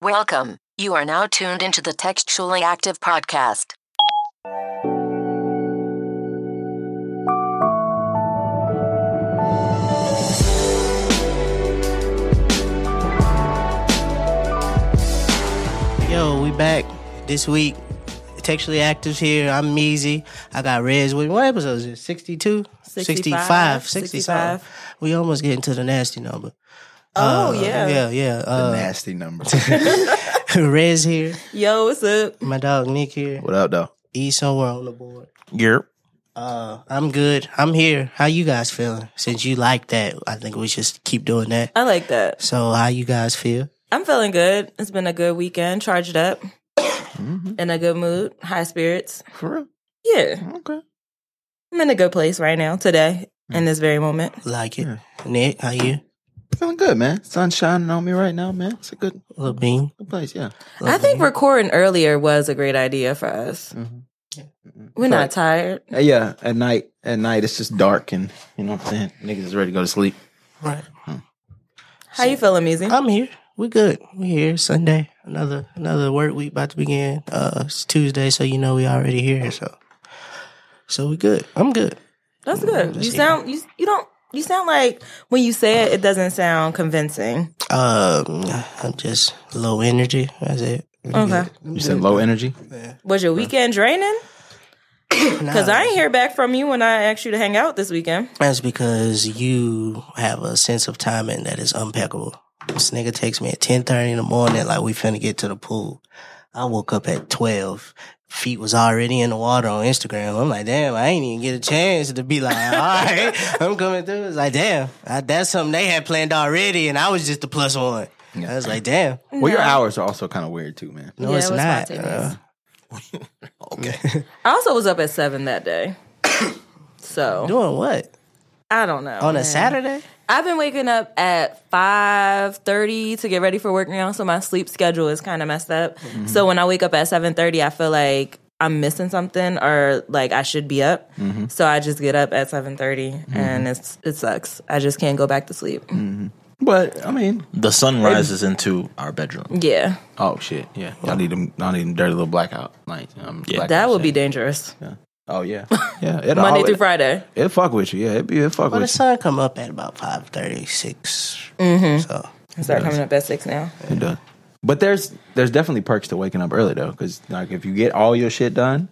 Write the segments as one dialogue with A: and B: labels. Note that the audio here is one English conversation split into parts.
A: Welcome. You are now tuned into the Textually Active Podcast.
B: Yo, we back this week. Textually Actives here. I'm Measy. I got Reds with me. What episode is this? 62?
C: 65,
B: 60
C: 65.
B: something. We almost getting to the nasty number.
C: Oh
B: Uh,
C: yeah.
B: Yeah, yeah. Uh,
D: Nasty number.
B: Reds here.
C: Yo, what's up?
B: My dog Nick here.
D: what up, though?
B: E somewhere on the board.
D: Yerp.
B: Uh, I'm good. I'm here. How you guys feeling? Since you like that, I think we should keep doing that.
C: I like that.
B: So how you guys feel?
C: I'm feeling good. It's been a good weekend, charged up, in a good mood, high spirits.
D: Mm-hmm. For real?
C: Yeah.
D: Okay.
C: I'm in a good place right now, today, in this very moment.
B: Like it? Nick, how you?
D: Feeling good, man. Sun shining on me right now, man. It's a good,
B: Little Bean.
D: good place, yeah.
C: I think recording earlier was a great idea for us. We're not
D: Right.
C: tired.
D: Uh, yeah, at night, at night, it's just dark and, you know what I'm saying? Niggas is ready to go to sleep.
B: Right.
C: How you feeling, Measy?
B: I'm here. We good. We here. Sunday. Another another work week about to begin. Uh it's Tuesday, so you know we already here, so so we good. I'm good.
C: That's good. You sound you you don't you sound like when you say it, it doesn't sound convincing.
B: Um I'm just low energy. That's it.
C: Okay.
D: You said low energy?
C: Was your weekend draining? Because I ain't hear back from you when I asked you to hang out this weekend.
B: That's because you have a sense of timing that is impeccable. This nigga takes me at ten thirty in the morning, like we finna get to the pool. I woke up at twelve. Feet was already in the water on Instagram. I'm like, damn, I ain't even get a chance to be like, all right, I'm coming through. It's like, damn, I, that's something they had planned already, and I was just the plus one. I was like, damn,
D: Well, your hours are also kind of weird, too, man.
B: no,
C: Yeah,
B: it's
C: it was
B: not. uh,
C: spontaneous.
B: okay,
C: I also was up at seven that day. So
B: doing what
C: I don't know.
B: on a
C: man.
B: Saturday?
C: I've been waking up at five thirty to get ready for work now, so my sleep schedule is kind of messed up.
D: Mm-hmm.
C: So when I wake up at seven thirty, I feel like I'm missing something or like I should be up.
D: Mm-hmm.
C: So I just get up at seven and it's it sucks. I just can't go back to sleep.
D: Mm. But, I mean,
E: The sun rises into our bedroom.
C: Yeah,
D: oh, shit, yeah. Y'all need them, y'all need them dirty little blackout nights. Um,
E: Yeah.
D: blackout
C: that would be
D: shit.
C: dangerous.
D: Oh, yeah. Yeah. It
C: Monday
D: always-
C: through Friday.
D: It'll fuck with you, yeah. It'll be, it'll fuck
B: Well, the
D: with
B: sun come up at about five thirty six. So
C: I start coming up at six now.
D: you. It does. But there's, there's definitely perks to waking up early, though, because, like, if you get all your shit done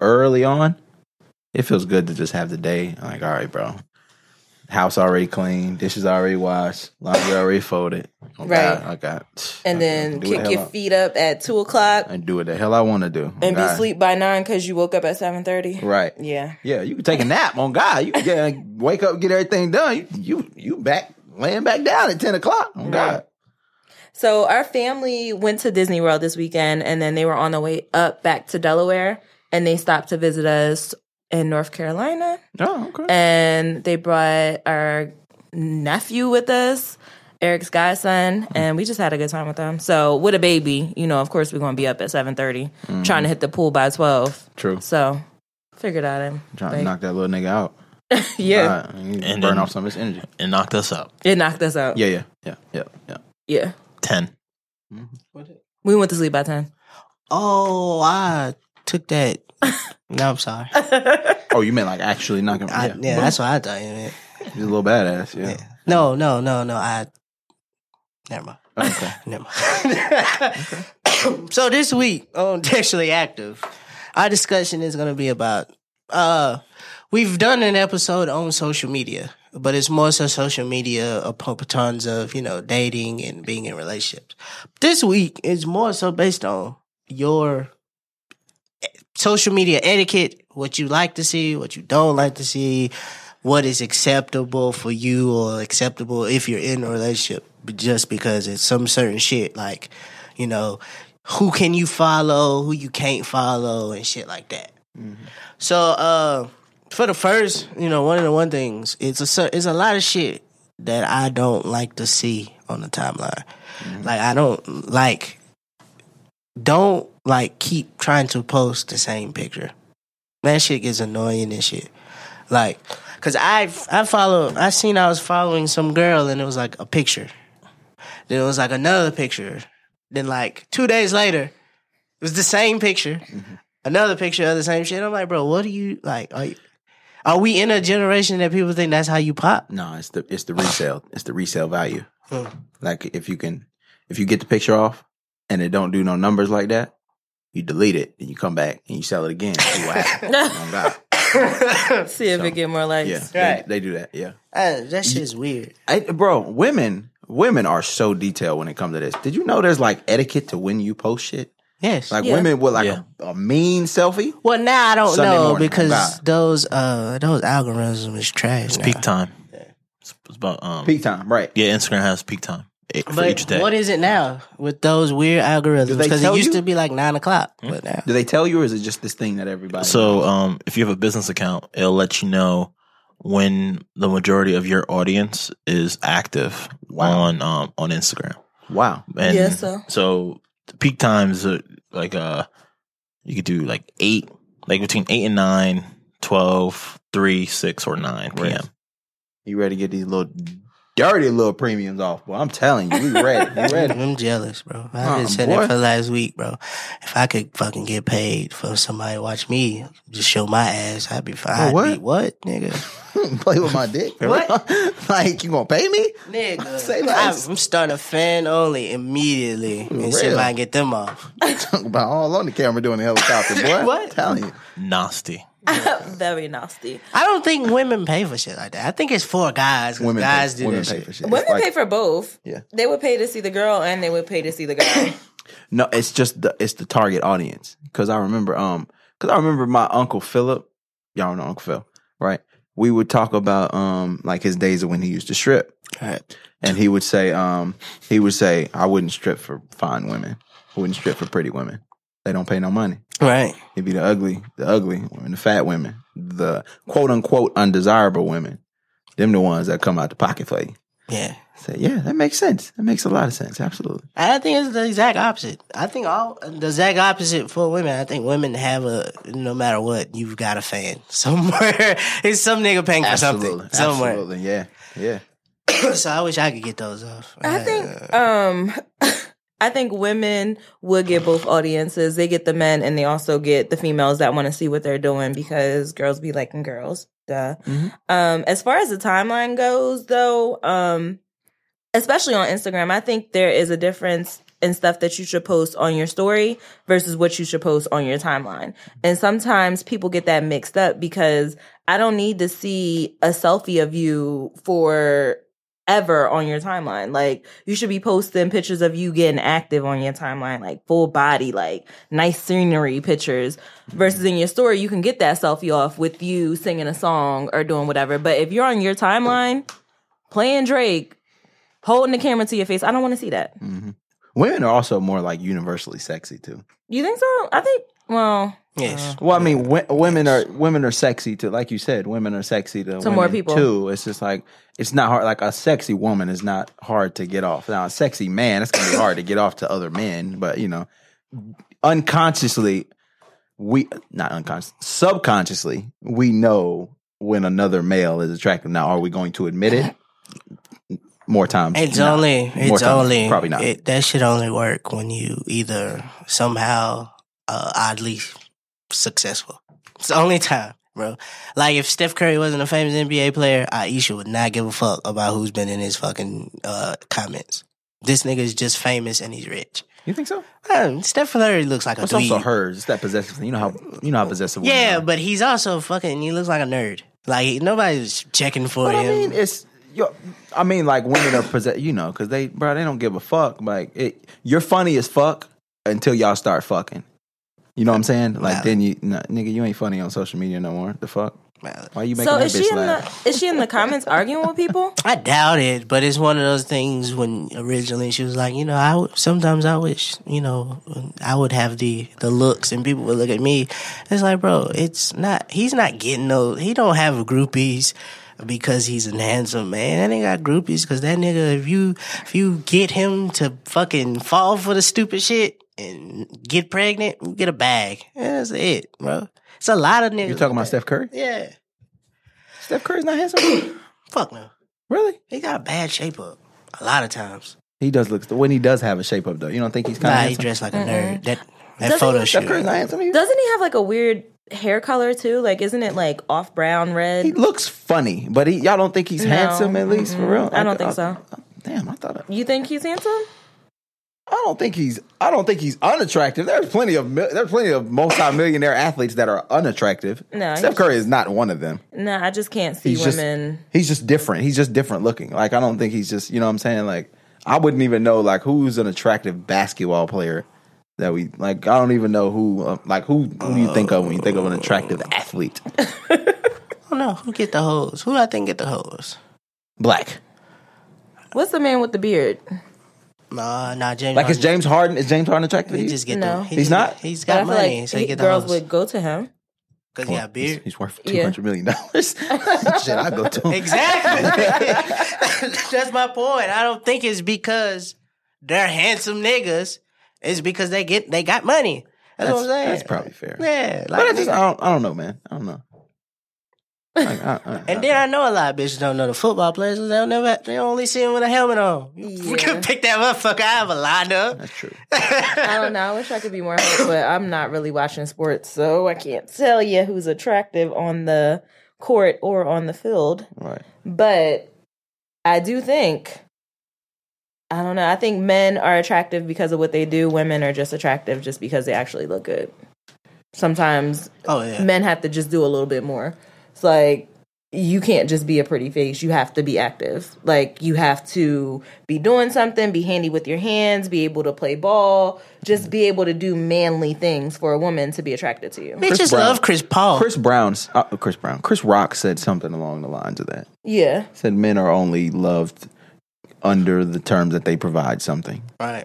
D: early on, it feels good to just have the day. Like, all right, bro. House already clean, dishes already washed, laundry already folded. Okay,
C: Right.
D: I got.
C: And
D: I
C: then
D: can do what
C: kick
D: the hell
C: your
D: I-
C: feet up at two o'clock
D: and do what the hell I want to do. on
C: and be
D: God.
C: asleep by nine because you woke up at seven thirty.
D: Right.
C: Yeah.
D: Yeah, you can take a nap on God. You can get, wake up, get everything done. You, you you back laying back down at ten o'clock on God.
C: So our family went to Disney World this weekend, and then they were on the way up back to Delaware, and they stopped to visit us in North Carolina,
D: Oh, okay.
C: and they brought our nephew with us. Eric's godson, and we just had a good time with them. So with a baby, you know, of course we're gonna be up at seven trying to hit the pool by twelve.
D: True.
C: So figured out him.
D: Trying to knock that little nigga out.
C: yeah,
D: All right, and you
E: And
D: burn
E: then-
D: off some of his energy.
E: It knocked us up.
C: it knocked us out.
D: Yeah, yeah, yeah, yeah, yeah.
C: yeah.
E: 10.
B: Mm-hmm.
C: We went to sleep by ten.
B: Oh, I took that. No, I'm sorry.
D: Oh, you meant like actually knocking?
B: I, yeah,
D: yeah, yeah.
B: that's what I thought you meant.
D: He's a little badass. Yeah.
B: Yeah. No, no, no, no. I never mind.
D: Oh, Okay.
B: Never mind. so this week on Textually Active, our discussion is going to be about. Uh, we've done an episode on social media, but it's more so social media upon tons of you know dating and being in relationships. This week is more so based on your social media etiquette, what you like to see, what you don't like to see, what is acceptable for you or acceptable if you're in a relationship just because it's some certain shit like, you know, who can you follow, who you can't follow and shit like that. So uh for the first, you know, one of the one things, it's a cer- it's a lot of shit that I don't like to see on the timeline. Like I don't like don't like keep trying to post the same picture. That shit gets annoying and shit. Like, cause I I follow I seen I was following some girl and it was like a picture. Then it was like another picture. Then like two days later, it was the same picture, another picture of the same shit. I'm like, bro, what are you like? Are, you, are we in a generation that people think that's how you pop?
D: No, it's the it's the resale. It's the resale value. Like if you can if you get the picture off and it don't do no numbers like that, you delete it and you come back and you sell it again. See what happens. Oh, God.
C: See if it get more likes.
D: Yeah.
B: Right.
D: They, they do that. Yeah.
B: Uh, that shit's weird.
D: I, bro, women women are so detailed when it comes to this. Did you know there's like etiquette to when you post shit?
B: Yes.
D: Like
C: Yeah.
D: women with like
E: Yeah.
D: a, a mean selfie.
B: well, now I don't
D: Sunday
B: know
D: morning,
B: because
D: bye.
B: those uh those algorithms is trash.
E: It's
B: now.
E: peak time. It's, it's about um.
D: Peak time, right?
E: Yeah, Instagram has peak time eh, for
B: But
E: each day.
B: what is it now with those weird algorithms?
D: they
B: Because it
D: tell
B: used
D: you? Hmm?
B: to be like nine o'clock, but now
D: Do they tell you, or is it just this thing that everybody?
E: so um, if you have a business account, it'll let you know when the majority of your audience is active
D: Wow.
E: on um on Instagram.
D: wow,
E: And
C: Yeah, so.
E: so the peak times are like uh you could do like eight, like between eight and nine, 12, 3, 6, or nine
D: Right.
E: p.m.
D: you ready to get these little dirty little premiums off? Well, I'm telling you, we ready. We ready.
B: I'm jealous, bro. I've
D: Huh,
B: been saying that
D: boy.
B: for the last week, bro. If I could fucking get paid for somebody to watch me, just show my ass, I'd be fine.
D: what?
B: I'd be, what, nigga?
D: Play with my dick.
B: What?
D: like you gonna pay me?
B: Nigga,
D: Say less.
B: I'm, I'm starting a fan only immediately and see if
D: Real.
B: I can get them off.
D: Talk about all on the camera doing the helicopter, boy.
B: What?
D: I'm telling you.
E: Nasty.
C: Very nasty.
B: I don't think women pay for shit like that. I think it's for guys. 'cause
D: Women
B: guys
D: pay,
B: do
D: women
B: that
D: pay
B: shit.
D: for shit.
C: Women
D: It's like-
C: pay for both.
D: Yeah.
C: They would pay to see the girl and they would pay to see the guy.
D: No, it's just the it's the target audience. Cause I remember um cause I remember my uncle Philip, y'all know Uncle Phil, right? We would talk about um like his days of when he used to strip. And he would say, um, he would say, I wouldn't strip for fine women. I wouldn't strip for pretty women. They don't pay no money.
B: Right.
D: It'd be the ugly, the ugly women, the fat women, the quote unquote undesirable women. Them the ones that come out the pocket for you.
B: Yeah.
D: Say, yeah, that makes sense. That makes a lot of sense. Absolutely.
B: I think it's the exact opposite. I think all the exact opposite for women. I think women have a no matter what, you've got a fan somewhere. it's some nigga paying for something somewhere.
D: Absolutely. Yeah. Yeah.
B: so I wish I could get those off. Uh,
C: I think um I think women would get both audiences. They get the men and they also get the females that want to see what they're doing because girls be liking girls. Duh.
D: Mhm.
C: Um as far as the timeline goes though, um especially on Instagram, I think there is a difference in stuff that you should post on your story versus what you should post on your timeline. And sometimes people get that mixed up because I don't need to see a selfie of you for ever on your timeline. Like you should be posting pictures of you getting active on your timeline, like full body, like nice scenery pictures. Versus in your story, you can get that selfie off with you singing a song or doing whatever. But if you're on your timeline playing Drake, holding the camera to your face, I don't want to see that.
D: hmm Women are also more like universally sexy too.
C: You think so? I think. Well, uh,
B: yes.
D: Well, I mean, w- women are women are sexy to, like you said, women are sexy to,
C: To more
D: women,
C: people.
D: too. It's just like it's not hard. Like a sexy woman is not hard to get off. Now, a sexy man, it's gonna be hard to get off to other men. But you know, unconsciously, we not unconscious, subconsciously, we know when another male is attractive. Now, are we going to admit it? More times,
B: It's
D: not.
B: only
D: More
B: it's
D: times,
B: only
D: probably not.
B: It, that should only work when you either somehow uh, oddly successful. It's the only time, bro. Like if Steph Curry wasn't a famous NBA player, Aisha would not give a fuck about who's been in his fucking uh, comments. This nigga is just famous and he's rich.
D: you think so?
B: Man, Steph Curry looks like a
D: It's
B: dweeb.
D: also hers. It's that possessive thing. You know how you know how possessive. women
B: Yeah,
D: are.
B: but he's also fucking. He looks like a nerd. Like nobody's checking for
D: But
B: him.
D: I mean, it's yo I mean, like women are possess, you know, because they, bro, they don't give a fuck. Like, it, you're funny as fuck until y'all start fucking. You know what I'm saying? Like,
B: Nah.
D: then you, nah, nigga, you ain't funny on social media no more. The fuck?
B: Man,
D: Why you making
C: so
D: that
C: is she
D: bitch
C: in
D: laugh?
C: the is she in the comments arguing with people?
B: I doubt it, but it's one of those things when originally she was like, you know, I w- sometimes I wish, you know, I would have the the looks and people would look at me. It's like, bro, it's not. He's not getting no. He don't have groupies because he's a handsome man. That nigga got groupies because that nigga, if you if you get him to fucking fall for the stupid shit and get pregnant, you get a bag. That's it, bro. It's a lot of niggas.
D: you talking about
B: like that.
D: Steph Curry?
B: Yeah.
D: Steph Curry's not handsome.
B: Fuck no.
D: really?
B: He got a bad shape up a lot of times.
D: He does look when he does have a shape up though. You don't think he's
B: Nah,
D: kind
B: he
D: of
B: dressed like a nerd. That that
C: Doesn't
B: photo
C: look
B: shoot.
D: handsome? He,
C: Doesn't he have like a weird hair color too? Like, isn't it like off brown red?
D: he looks funny, but he, y'all don't think he's
C: No.
D: handsome at least for real?
C: I don't think so.
D: Damn, I thought
C: You think he's handsome?
D: I don't think he's I don't think he's unattractive. There's plenty of mil- there's plenty of multimillionaire athletes that are unattractive.
C: No,
D: Steph
C: he's-
D: Curry is not one of them.
C: No, I just can't see
D: He's just
C: women.
D: he's just different. He's just different looking. Like I don't think he's just you know what I'm saying like I wouldn't even know like who's an attractive basketball player that we like I don't even know who uh, like who who do you think of when you think of an attractive athlete?
B: I don't know who get the hose. Who I think get the hose?
D: Black.
C: What's the man with the beard?
B: Nah, nah, James.
D: Like is
B: Harden-
D: James Harden is James Harden attractive? to
B: He
D: you?
B: just get
C: No.
B: the. he
D: He's
B: just-
D: not?
B: He's
C: But
B: got
C: I feel
B: money,
C: like
B: so he
C: he-
B: get the
C: girls
B: hose.
C: would go to him.
B: Cause he got
D: He's,
B: beard.
D: he's worth two
C: Yeah.
D: hundred million dollars. Shit, I go to him.
B: Exactly. That's my point. I don't think it's because they're handsome niggas. It's because they get they got money. That's, what I'm saying.
D: That's probably fair.
B: yeah.
D: But I
B: Like,
D: just I don't, I don't know, man. I don't know. Like, I, I,
B: and then I know a lot of bitches don't know the football players. 'cause They don't never they only see him with a helmet on. You
C: Yeah.
B: can pick that motherfucker out of a lineup.
D: that's true.
C: I don't know. I wish I could be more helpful, but I'm not really watching sports, so I can't tell you who's attractive on the court or on the field.
D: Right.
C: But I do think I don't know. I think men are attractive because of what they do. Women are just attractive just because they actually look good. Sometimes
B: Oh yeah.
C: men have to just do a little bit more. It's like you can't just be a pretty face. You have to be active. Like you have to be doing something, be handy with your hands, be able to play ball, just be able to do manly things for a woman to be attracted to you.
B: Bitches
D: Brown.
B: love Chris Paul.
D: Chris Brown's uh, Chris Brown. Chris Rock said something along the lines of that.
C: Yeah.
D: Said men are only loved under the terms that they provide something.
B: right.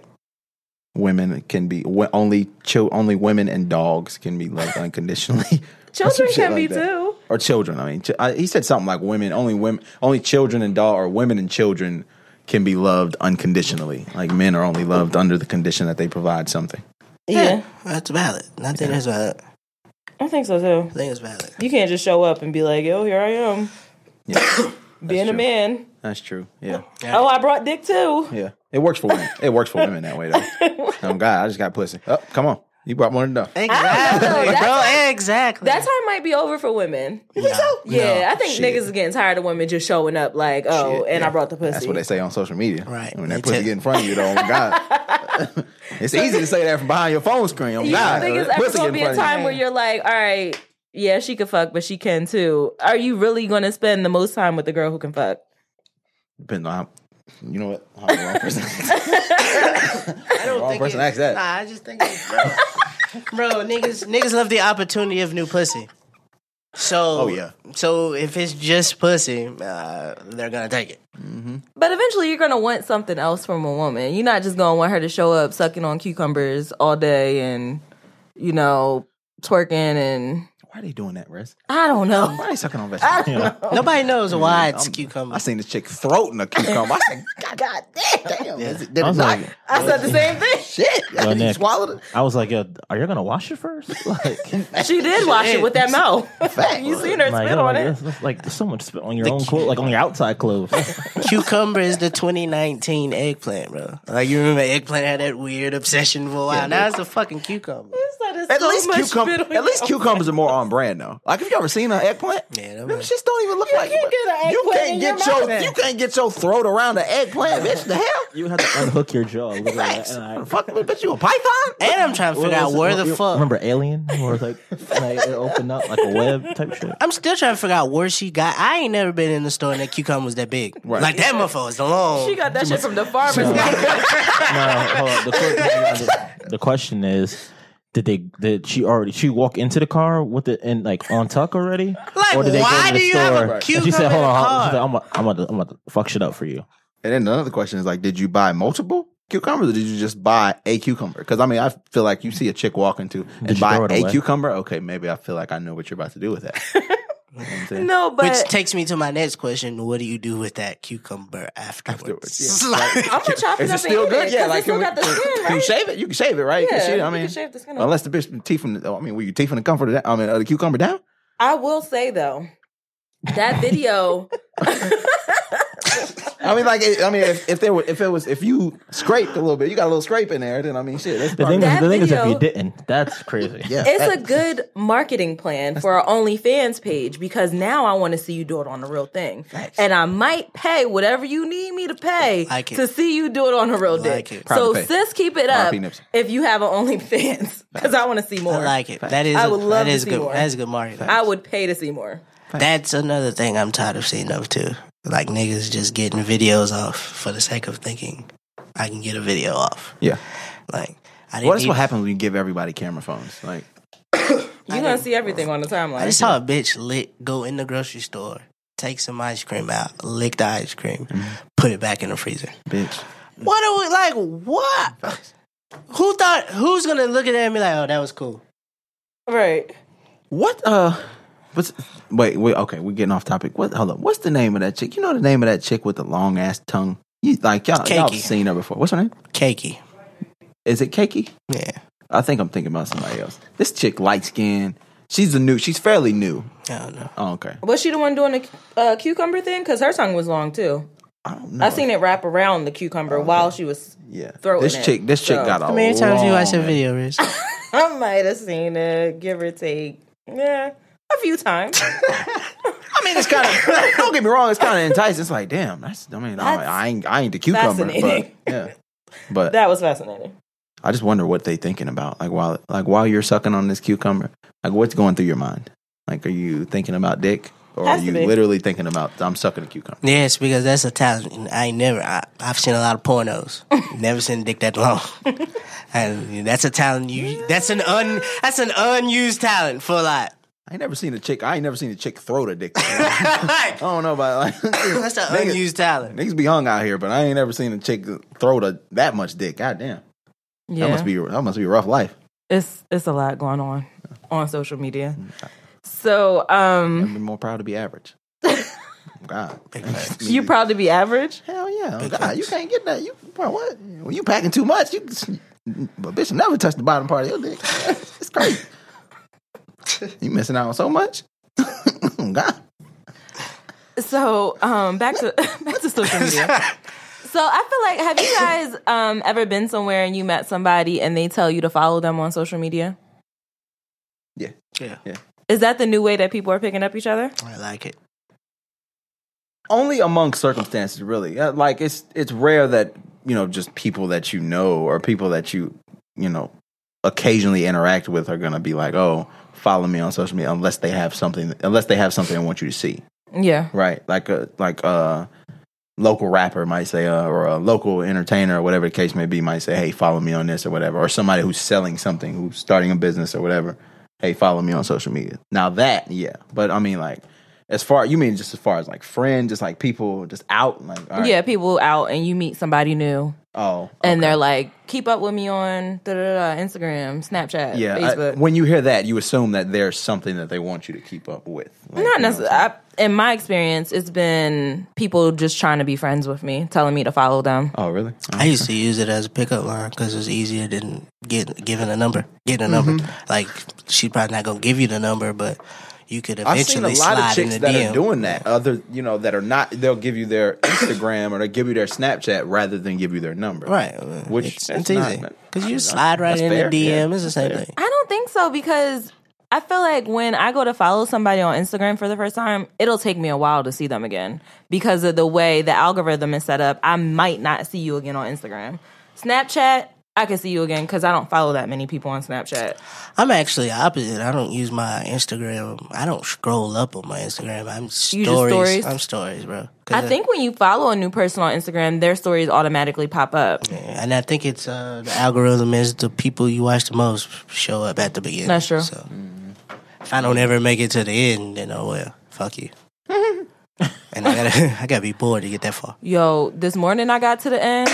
D: Women can be wo- only chil- only women and dogs can be loved unconditionally. Or some
C: Children
D: shit
C: can be
D: like that.
C: too.
D: Or children. I mean, ch- I, he said something like women only women only children and dog or women and children can be loved unconditionally. Like men are only loved under the condition that they provide something.
C: Yeah.
B: That's valid. I think that's valid.
C: I think so too.
B: I think it's valid.
C: You can't just show up and be like, yo, here I am,
D: Yeah.
C: being a
D: true.
C: man.
D: That's true. Yeah.
C: Oh, I brought dick too.
D: Yeah. It works for women. It works for women that way though. oh God, I just got pussy. Oh, come on. You brought more than enough.
C: I don't know.
B: Exactly,
C: That's
B: bro. exactly.
C: That time might be over for women. You think so? Yeah, I think niggas is getting tired of women just showing up like, oh,
D: Shit,
C: and
D: yeah.
C: I brought the pussy.
D: That's what they say on social media.
B: Right.
D: When
B: They
D: that pussy
B: tell-
D: get in front of you though, oh my God. it's easy to say that from behind your phone screen. Oh my
C: You don't
D: God.
C: think it's
D: That
C: ever
D: pussy
C: gonna
D: get
C: be
D: in
C: a
D: front of you.
C: time where you're like, all right, yeah, she could fuck, but she can too. Are you really gonna spend the most time with the girl who can fuck?
D: Depends on how you know what? How the wrong person acts.
B: I don't
D: Wrong
B: think
D: person
B: it-
D: asked that.
B: Nah, I just think it's, bro. bro, niggas niggas love the opportunity of new pussy. So
D: Oh, yeah.
B: So if it's just pussy, uh, they're gonna take it.
C: But eventually, you're gonna want something else from a woman. You're not just gonna want her to show up sucking on cucumbers all day and you know twerking and
D: Why are they doing that, Russ?
C: I don't know.
D: Why are they sucking on vegetables?
B: Nobody knows why it's cucumber.
D: Mm, I seen this chick throating a cucumber. I said, God, God damn. damn. Is it, did
E: I
D: it
E: was
D: not?
E: like-
C: I said the same thing.
D: Shit.
E: Well,
D: you
E: Nick.
D: swallowed it?
E: I was like, yo, are you gonna wash it first? Like,
C: She did wash it with that mouth. you seen her
E: like,
C: spit
E: yo,
C: on it.
E: like, that's- that's Like, there's so much spit on your own clothes, like on your outside clothes.
B: Cucumber is the 2019 eggplant, bro. Like you remember, eggplant had that weird obsession for a while. now it's a fucking cucumber.
D: At least, cucum- at least cucumbers are more on brand though. Like, have you ever seen an eggplant?
B: Yeah, that
D: them
B: was-
D: shits don't even look like.
C: can't get an
D: you
C: eggplant
D: can't
C: in
D: get
C: your
D: your,
B: mouth.
D: you can't get your throat around an eggplant, bitch. The hell?
E: you have to unhook your jaw. Look at
D: Facts.
E: that. And I-
D: Fuck, bitch, you a python?
B: And I'm trying to figure
E: What
B: out
E: was it?
B: where
E: What-
B: the
E: you
B: fuck.
E: Remember Alien? Where it's like, like it opened up like a web type shit.
B: I'm still trying to figure out where she got. I ain't never been in the store and that cucumber was that big. Like that motherfucker was long.
C: She got that shit from the farmer's market.
E: No, hold on. The, que- the question is, did they? Did she already? She walk into the car with the and like on tuck already?
B: Like, why do you have a
E: and she
B: cucumber in
E: said, "Hold
B: the
E: on, hold on."
B: car?
E: She's like, I'm, about, I'm, about to, I'm about to fuck shit up for you.
D: And then another question is like, did you buy multiple cucumbers or did you just buy a cucumber? Because I mean, I feel like you see a chick walk into
E: Did
D: and
E: you
D: buy
E: throw it
D: a
E: away?
D: cucumber. Okay, maybe I feel like I know what you're about to do with that. You know what I'm saying?
C: No, but
B: Which takes me to my next question: What do you do with that cucumber afterwards?
D: Afterwards,
B: Like,
C: I'm gonna chop it
D: Is
C: up
D: it still
C: and eat
D: good?
C: it,
D: Yeah,
C: 'cause
D: like
C: it still
D: can, we-
C: got the skin,
D: can you
C: right?
D: shave it? You can shave it, right? You can
C: Yeah,
D: shave it. I
C: you
D: mean,
C: can shave the skin off.
D: unless the bitch teeth from. The, I mean, were you teeth from the comfort? Down, I mean, uh, the cucumber down.
C: I will say though, that video.
D: I mean, like, I mean, if, if there were, if it was, if you scraped a little bit, you got a little scrape in there. Then I mean, shit. That's
E: The thing, is,
C: That
E: the thing is, if
C: video-
E: you didn't, that's crazy.
D: yeah,
C: It's a good marketing plan for our OnlyFans
B: Mm-hmm.
C: page because now I want to see you do it on the real thing, and I might pay whatever you need me to pay
B: Like it.
C: to see you do it on the real
B: Like
C: thing.
B: it.
D: Proud
C: So
D: to pay.
C: sis, keep it
D: R.I.P.
C: up
D: Nipsey.
C: if you have an OnlyFans because I want to see more.
B: I like it. That is.
C: I
B: a-
C: would love
B: that
C: to
B: is
C: see
B: good.
C: more.
B: That is good marketing.
C: I would pay to see more.
B: That's another thing I'm tired of seeing of too. Like niggas just getting videos off for the sake of thinking I can get a video off.
D: yeah.
B: Like I didn't.
D: Well, that's
B: need-
D: what happens when you give everybody camera phones. Like,
C: You're gonna see everything on the timeline.
B: I just saw a bitch lick go in the grocery store, take some ice cream out, lick the ice cream, put it back in the freezer.
D: bitch.
B: What are we like? What? Who thought? Who's gonna look at that and be like, "Oh, that was cool"?
C: right.
D: What? Uh, what's? Wait, wait. Okay, we're getting off topic. What? Hold up. What's the name of that chick? You know the name of that chick with the long ass tongue. You like y'all? Y'all
B: Keiki.
D: seen her before? What's her name?
B: Cakey.
D: Is it Keiki?
B: Yeah.
D: I think I'm thinking about somebody else. This chick, light skin. She's a new. She's fairly new.
B: I don't know.
D: Oh, okay.
C: Was she the one doing the uh, cucumber thing? Because her tongue was long too.
D: I don't know.
C: I seen it wrap around the cucumber
B: Oh,
C: while she was.
D: Yeah.
C: throwing
D: this
C: it.
D: chick. This chick
C: So-
D: got a.
B: How many times you watch
D: long
B: that video, Rich?
C: I might have seen it, give or take. Yeah, a few times.
D: I mean, it's kind of. don't get me wrong. It's kind of enticing. It's like, damn. That's. I mean, I, I ain't. I ain't the cucumber. But
C: fascinating.
D: yeah. But
C: That was fascinating.
D: I just wonder what they thinking about. Like while like while you're sucking on this cucumber, like what's going through your mind? Like, are you thinking about dick, or are
C: Has to
D: you
C: be.
D: literally thinking about I'm sucking a cucumber?
B: yes, because that's a talent. I ain't never. I, I've seen a lot of pornos. never seen a dick that long. and that's a talent. You. That's an un. That's an unused talent for a lot.
D: I ain't never seen a chick. I ain't never seen a chick throw the dick. I
B: Like,
D: don't know about like
B: that's an
D: niggas,
B: unused talent.
D: niggas be hung out here, but I ain't ever seen a chick throw the, that much dick. God damn,
C: Yeah,
D: that must be that must be a rough life.
C: it's it's a lot going on on social media.
D: Mm.
C: So um,
D: I'd be more proud to be average. God,
C: you probably be average.
D: Hell yeah, Oh, God, you can't get that. You bro, what? When you packing too much, you but bitch never touch the bottom part of your dick. it's crazy. you missing out on so much. God,
C: So um, back to back to social media. So I feel like have you guys um ever been somewhere and you met somebody and they tell you to follow them on social media?
D: yeah,
B: Yeah,
C: Is that the new way that people are picking up each other?
B: I like it.
D: only among circumstances, really. Uh, Like it's it's rare that you know just people that you know or people that you you know occasionally interact with are gonna be like, oh, follow me on social media, unless they have something, unless they have something I want you to see.
C: Yeah.
D: right like a like a local rapper might say uh, or a local entertainer or whatever the case may be might say hey follow me on this or whatever or somebody who's selling something who's starting a business or whatever hey follow me on social media now that yeah but i mean like as far you mean just as far as like friend just like people just out like all right,
C: Yeah, people out and you meet somebody new
D: oh
C: and they're like, keep up with me on da, da, da, Instagram, Snapchat,
D: yeah I-
C: Facebook.
D: when you hear that you assume that there's something that they want you to keep up with Like,
C: Not
D: you know what I'm
C: necessarily. I, in my experience, it's been people just trying to be friends with me, telling me to follow them.
D: saying? oh really
B: I used to use it as a pickup line because it's easier than get, giving a number, getting a
D: Mm-hmm.
B: number. Like she probably not gonna give you the number, but you could
D: I've seen a
B: eventually
D: lot of
B: slide in
D: chicks
B: the
D: that
B: DM.
D: are doing that. Other, you know, that are not. They'll give you their Instagram or they give you their Snapchat rather than give you their number.
B: right?
D: Which
B: it's,
D: that's
B: it's
D: not-
B: easy because you slide right
D: that's
B: in
D: fair,
B: the DM.
D: yeah.
B: It's the same thing.
C: I don't think so because I feel like when I go to follow somebody on Instagram for the first time, it'll take me a while to see them again because of the way the algorithm is set up. I might not see you again on Instagram. Snapchat, I can see you again because I don't follow that many people on Snapchat.
B: I'm actually opposite. I don't use my Instagram. I don't scroll up on my Instagram. I'm
C: You
B: stories.
C: just stories?
B: I'm stories, bro. 'Cause
C: I think when you follow a new person on Instagram, their stories automatically pop up.
B: and I think it's uh, the algorithm is the people you watch the most show up at the beginning.
C: That's true.
B: So if I don't ever make it to the end, then oh well, fuck you. and I gotta, I gotta be bored to get that far.
C: Yo, this morning I got to the end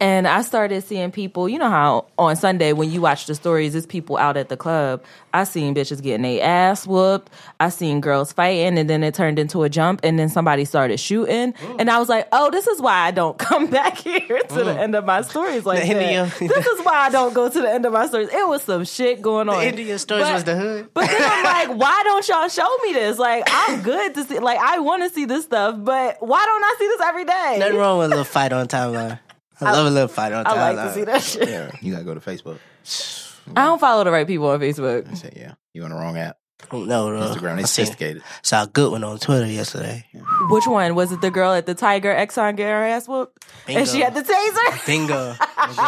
C: and I started seeing people. You know how on Sunday when you watch the stories, it's people out at the club. I seen bitches getting their ass whooped. I seen girls fighting and then it turned into a jump and then somebody started shooting.
B: Mm.
C: And I was like, oh, this is why I don't come back here to the end of my stories like
B: Mm. The
C: that.
B: India-
C: This is why I don't go to the end of my stories. It was some shit going on.
B: Indian stories
C: But-
B: was the hood.
C: But then I'm like, why don't y'all show me this? Like, I'm good to see. Like, I want to see this this stuff, but why don't I see this every day?
B: Nothing wrong with a little fight on timeline. I love a little fight on timeline.
C: I like to see that shit.
D: Yeah, you gotta go to Facebook.
C: I don't follow the right people on Facebook.
D: I said, yeah, you on the wrong app.
B: No, no.
D: Instagram, they
B: I seen,
D: sophisticated.
B: saw a good one on Twitter yesterday.
C: Which one was it? The girl at the Tiger Exxon getting her ass whooped,
B: Bingo.
C: and she had the taser. Ah,
B: Bingo.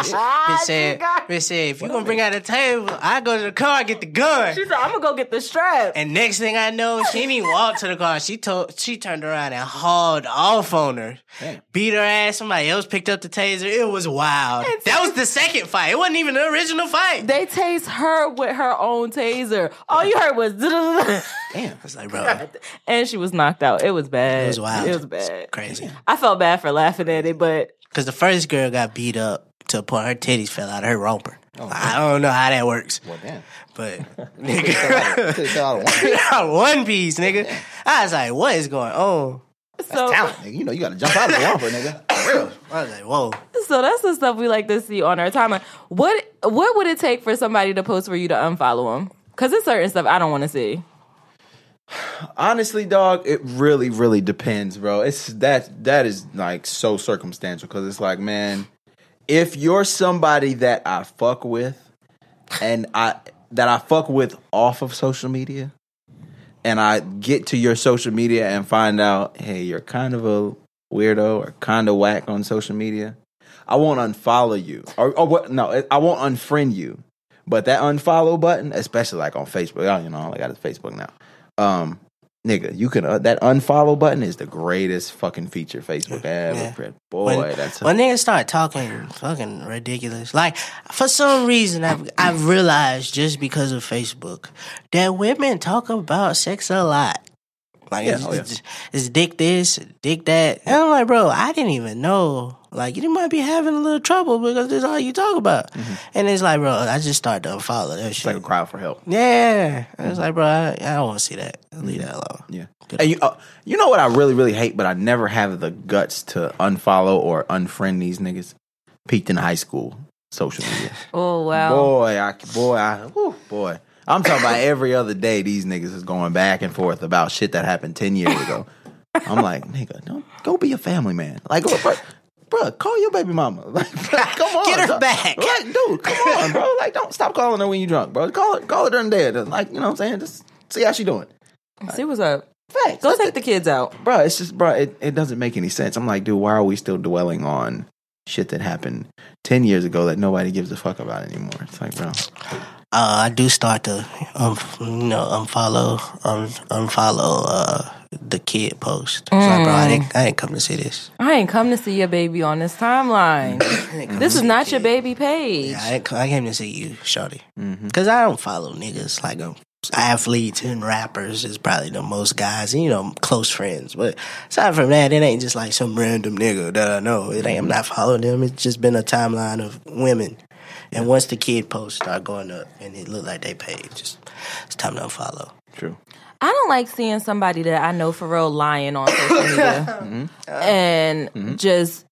B: Bitch said, bitch said, if you gonna bring out the table, I go to the car and get the gun.
C: She said, "I'm gonna go get the strap."
B: And next thing I know, she didn't even walk to the car. She told she turned around and hauled off on her.
D: Damn.
B: Beat her ass. Somebody else picked up the taser. It was wild.
C: It's-
B: that was the second fight. It wasn't even the original fight.
C: they tased her with her own taser. All you heard was, "Duh-duh-duh-duh."
D: Damn.
B: I was like, bro, it
C: and she was knocked out. It was bad. It
B: was wild.
C: It was bad.
B: crazy.
C: I felt bad for laughing at it, but
B: Because the first girl got beat up to the point her titties fell out of her romper. I don't know how that works,
D: Well, damn.
B: but
D: Could
B: nigga,
D: have fell out of one
B: one piece, nigga. I was like, what is going on?
C: so
D: talent, nigga. You know, you gotta jump out of the offer, nigga. For real.
B: I was like, whoa.
C: so that's the stuff we like to see on our timeline. What what would it take for somebody to post for you to unfollow them? Because it's certain stuff I don't want to see.
D: honestly, dog, it really, really depends, bro. It's that that is like so circumstantial because it's like, man, if you're somebody that I fuck with and I that I fuck with off of social media, and I get to your social media and find out, hey, you're kind of a weirdo or kind of whack on social media. I won't unfollow you, or, or what? No, I won't unfriend you. But that unfollow button, especially like on Facebook, oh, you know, all I got is Facebook now. Um, nigga, you can uh, that unfollow button is the greatest fucking feature Facebook ever.
B: Yeah.
D: created. Boy,
B: when,
D: that's
B: when niggas start talking fucking ridiculous. Like for some reason, I've I've realized just because of Facebook that women talk about sex a lot. Like
D: Yeah,
B: it's,
D: oh, yeah.
B: it's, it's dick this, dick that, and I'm like, bro, I didn't even know. Like you might be having a little trouble because this is all you talk about, and it's like, bro, I just start to unfollow that
D: it's Mm-hmm. like
B: shit.
D: a Mm-hmm. cry for help.
B: yeah, And it's like, bro, I, I don't want to see that. Leave
D: Mm-hmm.
B: that alone.
D: Yeah. And you, uh, you know what I really, really hate, but I never have the guts to unfollow or unfriend these niggas. Peaked in high school social media.
C: Oh wow.
D: Boy, I, boy, I, whew, boy. I'm talking about every other day these niggas is going back and forth about shit that happened 10 years ago. I'm like, nigga, don't, go be a family man. Like, go, bro, bro, call your baby mama. Like, come on.
B: Get her
D: dog.
B: back.
D: Like, dude, come on, bro. Like, don't stop calling her when you drunk, bro. Call her, call her during the day. Like, you know what I'm saying? Just see how she doing.
C: See what's up.
D: Facts.
C: Go
D: That's
C: take
D: it
C: the kids out.
D: bro, it's just, bro, it, it doesn't make any sense. I'm like, dude, why are we still dwelling on shit that happened 10 years ago that nobody gives a fuck about anymore? It's like, bro,
B: uh, I do start to um, you know unfollow um, unfollow uh, the kid post. It's like,
C: Mm.
B: bro, I didn't, I didn't come to see this.
C: I ain't come to see your baby on this timeline. this is not your baby page.
B: Yeah, I, didn't, come- I came to see you, Shorty, because I don't follow niggas like um, athletes and rappers. Is probably the most guys, you know, close friends. But aside from that, it ain't just like some random nigga that I know. It ain't. I'm not following them. It's just been a timeline of women. And once the kid posts start going up and it look like they paid, just it's time to unfollow.
D: true.
C: I don't like seeing somebody that I know for real lying on social media
D: Mm-hmm.
C: and just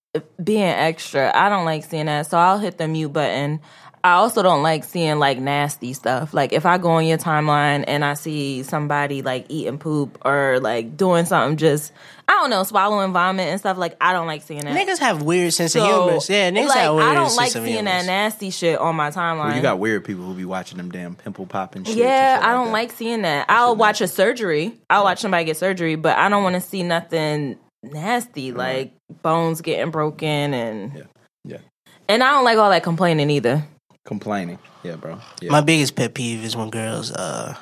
C: being extra. I don't like seeing that, so I'll hit the mute button. I also don't like seeing like nasty stuff. Like if I go on your timeline and I see somebody like eating poop or like doing something just I don't know swallowing vomit and stuff. Like I don't like seeing that.
B: Niggas have weird sense of
C: So,
B: humor. Yeah, niggas
C: like,
B: have weird
C: I don't
B: sense
C: like
B: of
C: seeing
B: humor.
C: that nasty shit on my timeline.
D: Well, you got weird people who be watching them damn pimple popping shit.
C: Yeah, I don't like seeing that. I'll watch a surgery. I'll watch somebody get surgery, but I don't want to see nothing nasty like bones getting broken and
D: Yeah. Yeah.
C: And I don't like all that complaining either.
D: Complaining. Yeah, bro. Yeah.
B: My biggest pet peeve is when girls uh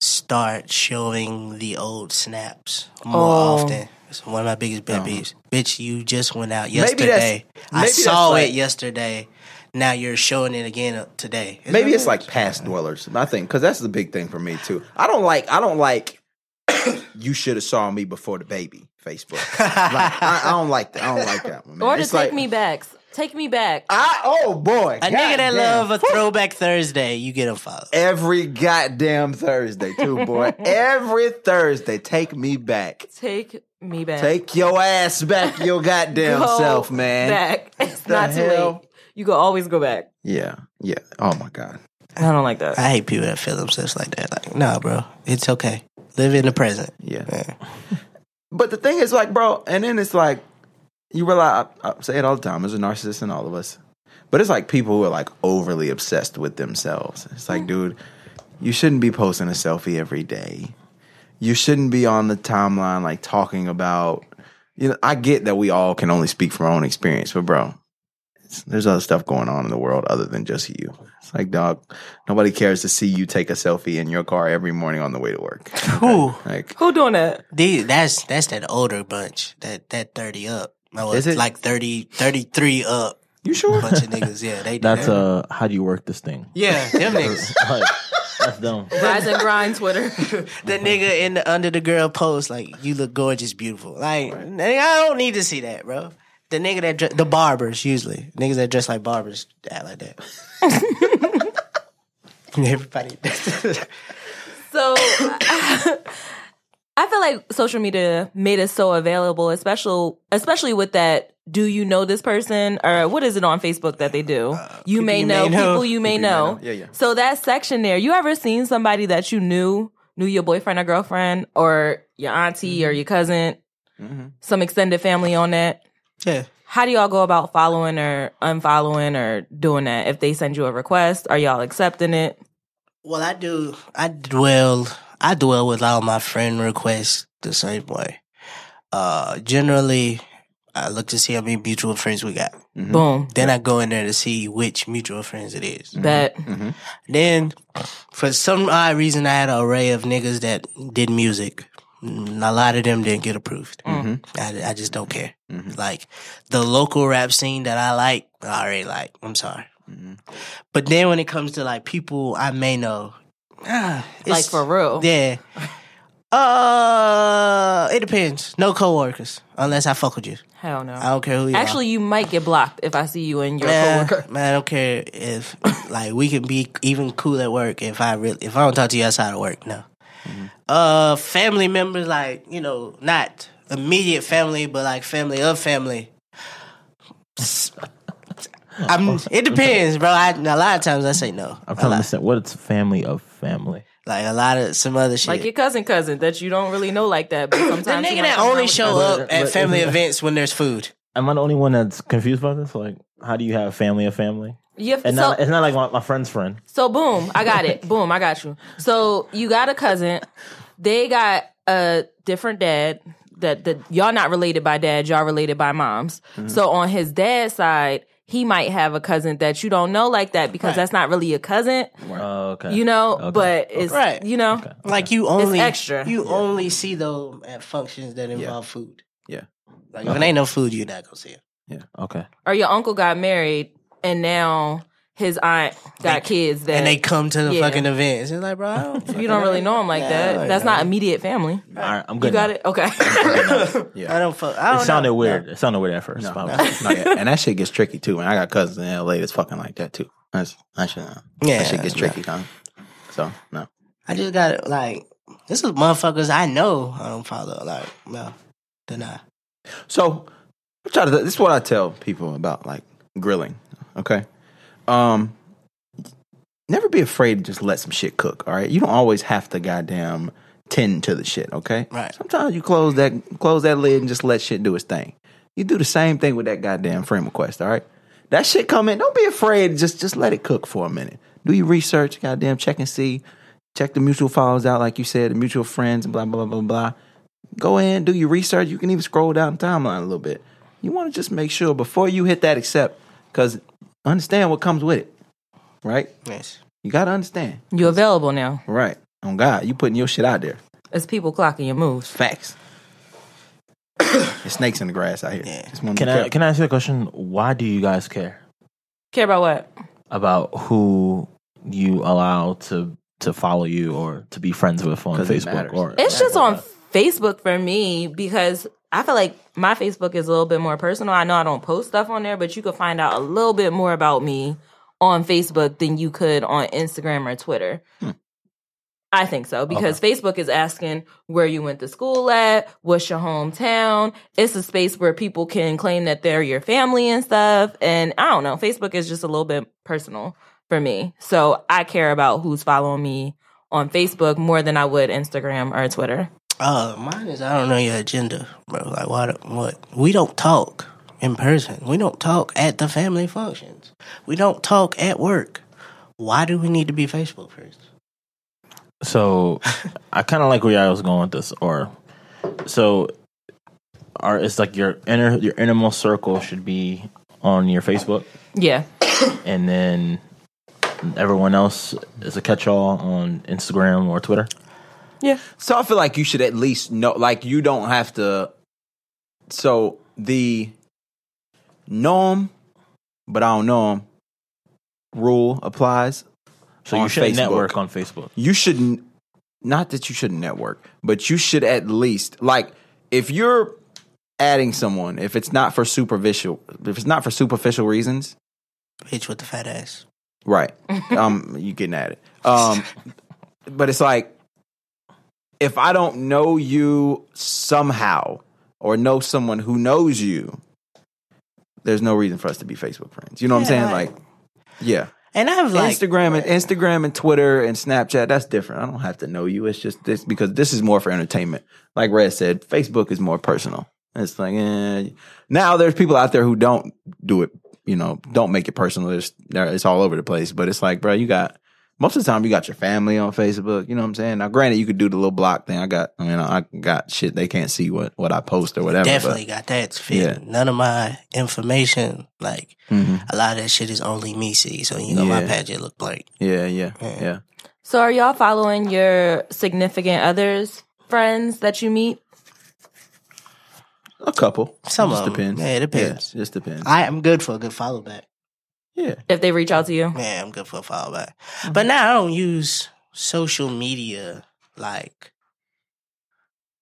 B: start showing the old snaps more
C: Oh.
B: often. It's one of my biggest pet
D: Uh-huh.
B: peeves. Bitch, you just went out
D: Maybe that's-
B: yesterday. I
D: maybe that's
B: saw
D: like-
B: it yesterday. Now you're showing it again uh, today. It's
D: Maybe it's like past dwellers. I think because that's the big thing for me too. I don't like. I don't like. you should have saw me before the baby. Facebook. Like, I, I don't like that. I don't like that one. Man.
C: Or to
D: It's
C: take
D: like,
C: me back. Take me back.
D: I oh boy,
B: a nigga that
D: goddamn.
B: love a throwback Thursday, you get a follow.
D: every goddamn Thursday too, boy. every Thursday, take me back.
C: take me back.
D: Take your ass back, your goddamn
C: Go
D: self, man.
C: Back. It's
D: The
C: not too
D: hell?
C: late. you can always go back.
D: Yeah. Yeah. Oh my God.
C: I don't like that.
B: I hate people that feel themselves like that. Like, nah, bro, it's okay. Live in the present.
D: Yeah.
B: Yeah.
D: But the thing is, like, bro, and then it's like, you realize, I, I say it all the time, there's a narcissist in all of us. But it's like people who are like overly obsessed with themselves. It's like, dude, you shouldn't be posting a selfie every day. You shouldn't be on the timeline, like, talking about, you know, I get that we all can only speak from our own experience, but bro, it's- there's other stuff going on in the world other than just you. It's like, dog, nobody cares to see you take a selfie in your car every morning on the way to work.
B: Ooh.
D: Like,
C: Who doing that?
B: These, that's that's that older bunch. That that thirty up. No,
D: Is
B: it's
D: it?
B: like 30, 33 up
D: you sure?
B: bunch of niggas. Yeah, they do
E: That's
B: that.
E: uh, how do you work this thing?
B: yeah, them niggas.
E: Like, that's dumb.
C: Rise and grind Twitter.
B: The nigga in the under the girl post like you look gorgeous, beautiful. Like nigga, I don't need to see that, bro. The nigga that dre- the barbers usually niggas that dress like barbers act like that. Everybody,
C: so I feel like social media made us so available, especially especially with that. Do you know this person or what is it on Facebook that they do? you may
B: you may know.
C: know, people you may
D: People you may
C: know.
B: Oh,
D: know. Yeah, yeah.
C: So that section there, you ever seen somebody that you knew knew your boyfriend or girlfriend or your auntie or your cousin,
D: Mm-hmm.
C: some extended family on that?
B: yeah.
C: How do y'all go about following or unfollowing or doing that? If they send you a request, are y'all accepting it?
B: Well, I do. I dwell. I dwell with all my friend requests the same way. Uh, generally, I look to see how many mutual friends we got.
C: Boom.
B: Then I go in there to see which mutual friends it is.
C: Bet.
D: Mm-hmm.
B: Then, for some odd reason, I had an array of niggas that did music. Mm, A lot of them didn't get approved.
D: Mm.
B: I, I just don't care.
D: Mm-hmm.
B: Like the local rap scene that I like, I already like. I'm sorry. Mm-hmm. But then when it comes to like people I may know, ah,
C: Like
B: it's-
C: for real.
B: yeah. Uh, it depends. No coworkers, unless I fuck with you.
C: Hell no.
B: I don't care who you are.
C: Actually, you might get blocked if I see you and your
B: Man,
C: coworker.
B: man, I don't care if like we can be even cool at work if I really if I don't talk to you outside of work, no.
E: Mm-hmm.
B: Uh family members like, you know, not immediate family, but like family of family. I'm it depends, bro. I, a lot of times I say no.
E: I'm trying to understand what it's family of family.
B: Like a lot of some other shit.
C: Like your cousin cousin that you don't really know like that. But sometimes
B: the nigga
C: you might
B: that
C: hang out
B: only
C: with
B: show
C: them.
B: up at
E: but-
B: family events when there's food.
E: Am I the only one that's confused by this? Like, how do you have family of family?
C: Yeah,
E: And
C: so,
E: not, it's not like my, my friend's friend.
C: So boom, I got it. boom, I got you. So you got a cousin. They got a different dad. That that y'all not related by dad, y'all related by moms.
B: Mm-hmm.
C: So on his dad's side, he might have a cousin that you don't know like that because that's not really a cousin,
E: Oh, okay.
C: you know. But it's
B: Right.
C: you know.
B: Like you only
C: extra.
B: You only see them at functions that involve food.
D: Yeah.
B: Like if it ain't no food, you're not gonna see it.
E: Okay.
C: Or your uncle got married and now his aunt got kids that
B: and they come to the
C: Yeah.
B: fucking events. It's like, bro, I don't
C: you don't really know him like that.
B: like
C: that's not immediate family.
E: All right. I'm good.
C: You got
E: now.
C: it. Okay.
B: I don't fuck. I don't
E: It sounded
B: know.
E: weird. It sounded weird at first. but I was like,
D: No, yeah, and that shit gets tricky too. And I got cousins in LA that's fucking like that too. That's that shit. uh,
B: Yeah,
D: that shit gets tricky, huh? So no,
B: I just got like this is motherfuckers I know I don't follow. Like no, they're not.
D: so I try to. This is what I tell people about like grilling. Okay, um, never be afraid to just let some shit cook. All right, you don't always have to goddamn tend to the shit. Okay,
B: Right.
D: Sometimes you close that close that lid and just let shit do its thing. You do the same thing with that goddamn friend request, all right? That shit come in. Don't be afraid. Just just let it cook for a minute. Do your research, goddamn check and see. Check the mutual followers out, like you said, the mutual friends and blah blah blah blah blah. Go in, do your research. You can even scroll down the timeline a little bit. You want to just make sure before you hit that accept, because understand what comes with it, right?
B: Yes.
D: You gotta understand,
C: you available now.
D: right? On God, you putting your shit out there.
C: It's people clocking your moves.
D: Facts. There's snakes in the grass out here. Just wanted
E: can
D: to
E: I
D: tell-
E: can I ask you a question? Why do you guys care
C: Care about what?
E: about who you allow to to follow you or to be friends with on
D: 'Cause it
E: Facebook?
D: matters.
E: Or
C: It's just on Facebook for me because I feel like my Facebook is a little bit more personal. I know I don't post stuff on there, but you could find out a little bit more about me on Facebook than you could on Instagram or Twitter. I think so because Facebook is asking where you went to school at, what's your hometown. It's a space where people can claim that they're your family and stuff. And I don't know, Facebook is just a little bit personal for me. So I care about who's following me on Facebook more than I would Instagram or Twitter.
B: Uh, mine is I don't know your agenda, bro. Like what? What? We don't talk in person. We don't talk at the family functions. We don't talk at work. Why do we need to be Facebook friends?
E: So I kind of like where I was going with this. Or so, or it's like your inner your innermost circle should be on your Facebook,
C: Yeah.
E: and then everyone else is a catch-all on Instagram or Twitter.
C: Yeah.
D: So I feel like you should at least know, like you don't have to. So the know 'em, but I don't know 'em rule applies.
E: So you
D: On
E: should
D: Facebook.
E: network on Facebook.
D: You shouldn't, not that you shouldn't network, but you should at least like if you're adding someone, if it's not for superficial, if it's not for superficial reasons,
B: Bitch with the fat ass.
D: Right. um, you getting at it. Um, but it's like if I don't know you somehow or know someone who knows you, there's no reason for us to be Facebook friends. You know what I'm
B: Yeah,
D: saying?
B: right.
D: Like, yeah,
B: And I've like
D: Instagram and Instagram and Twitter and Snapchat. That's different. I don't have to know you. It's just this because this is more for entertainment. Like Red said, Facebook is more personal. It's like eh. now there's people out there who don't do it. You know, don't make it personal. It's there- it's all over the place. But it's like, bro, you got most of the time you got your family on Facebook. You know what I'm saying? Now, granted, you could do the little block thing. I got. I mean, I got shit. They can't see what what I post or whatever. but-
B: definitely got that fit.
D: Yeah.
B: None of my information, like
D: Mhm.
B: a lot of that shit, is only me see. So you know my
D: Yeah.
B: page it look blank.
D: Yeah, yeah,
B: Yeah.
D: yeah.
C: So are y'all following your significant others, friends that you meet?
D: A couple.
B: Some
D: just
B: of 'em.
D: depends.
B: Yeah, it depends.
D: just depends.
B: I am good for a good follow back.
D: yeah.
C: If they reach out to you?
B: Yeah, I'm good for a follow back. But now I don't use social media like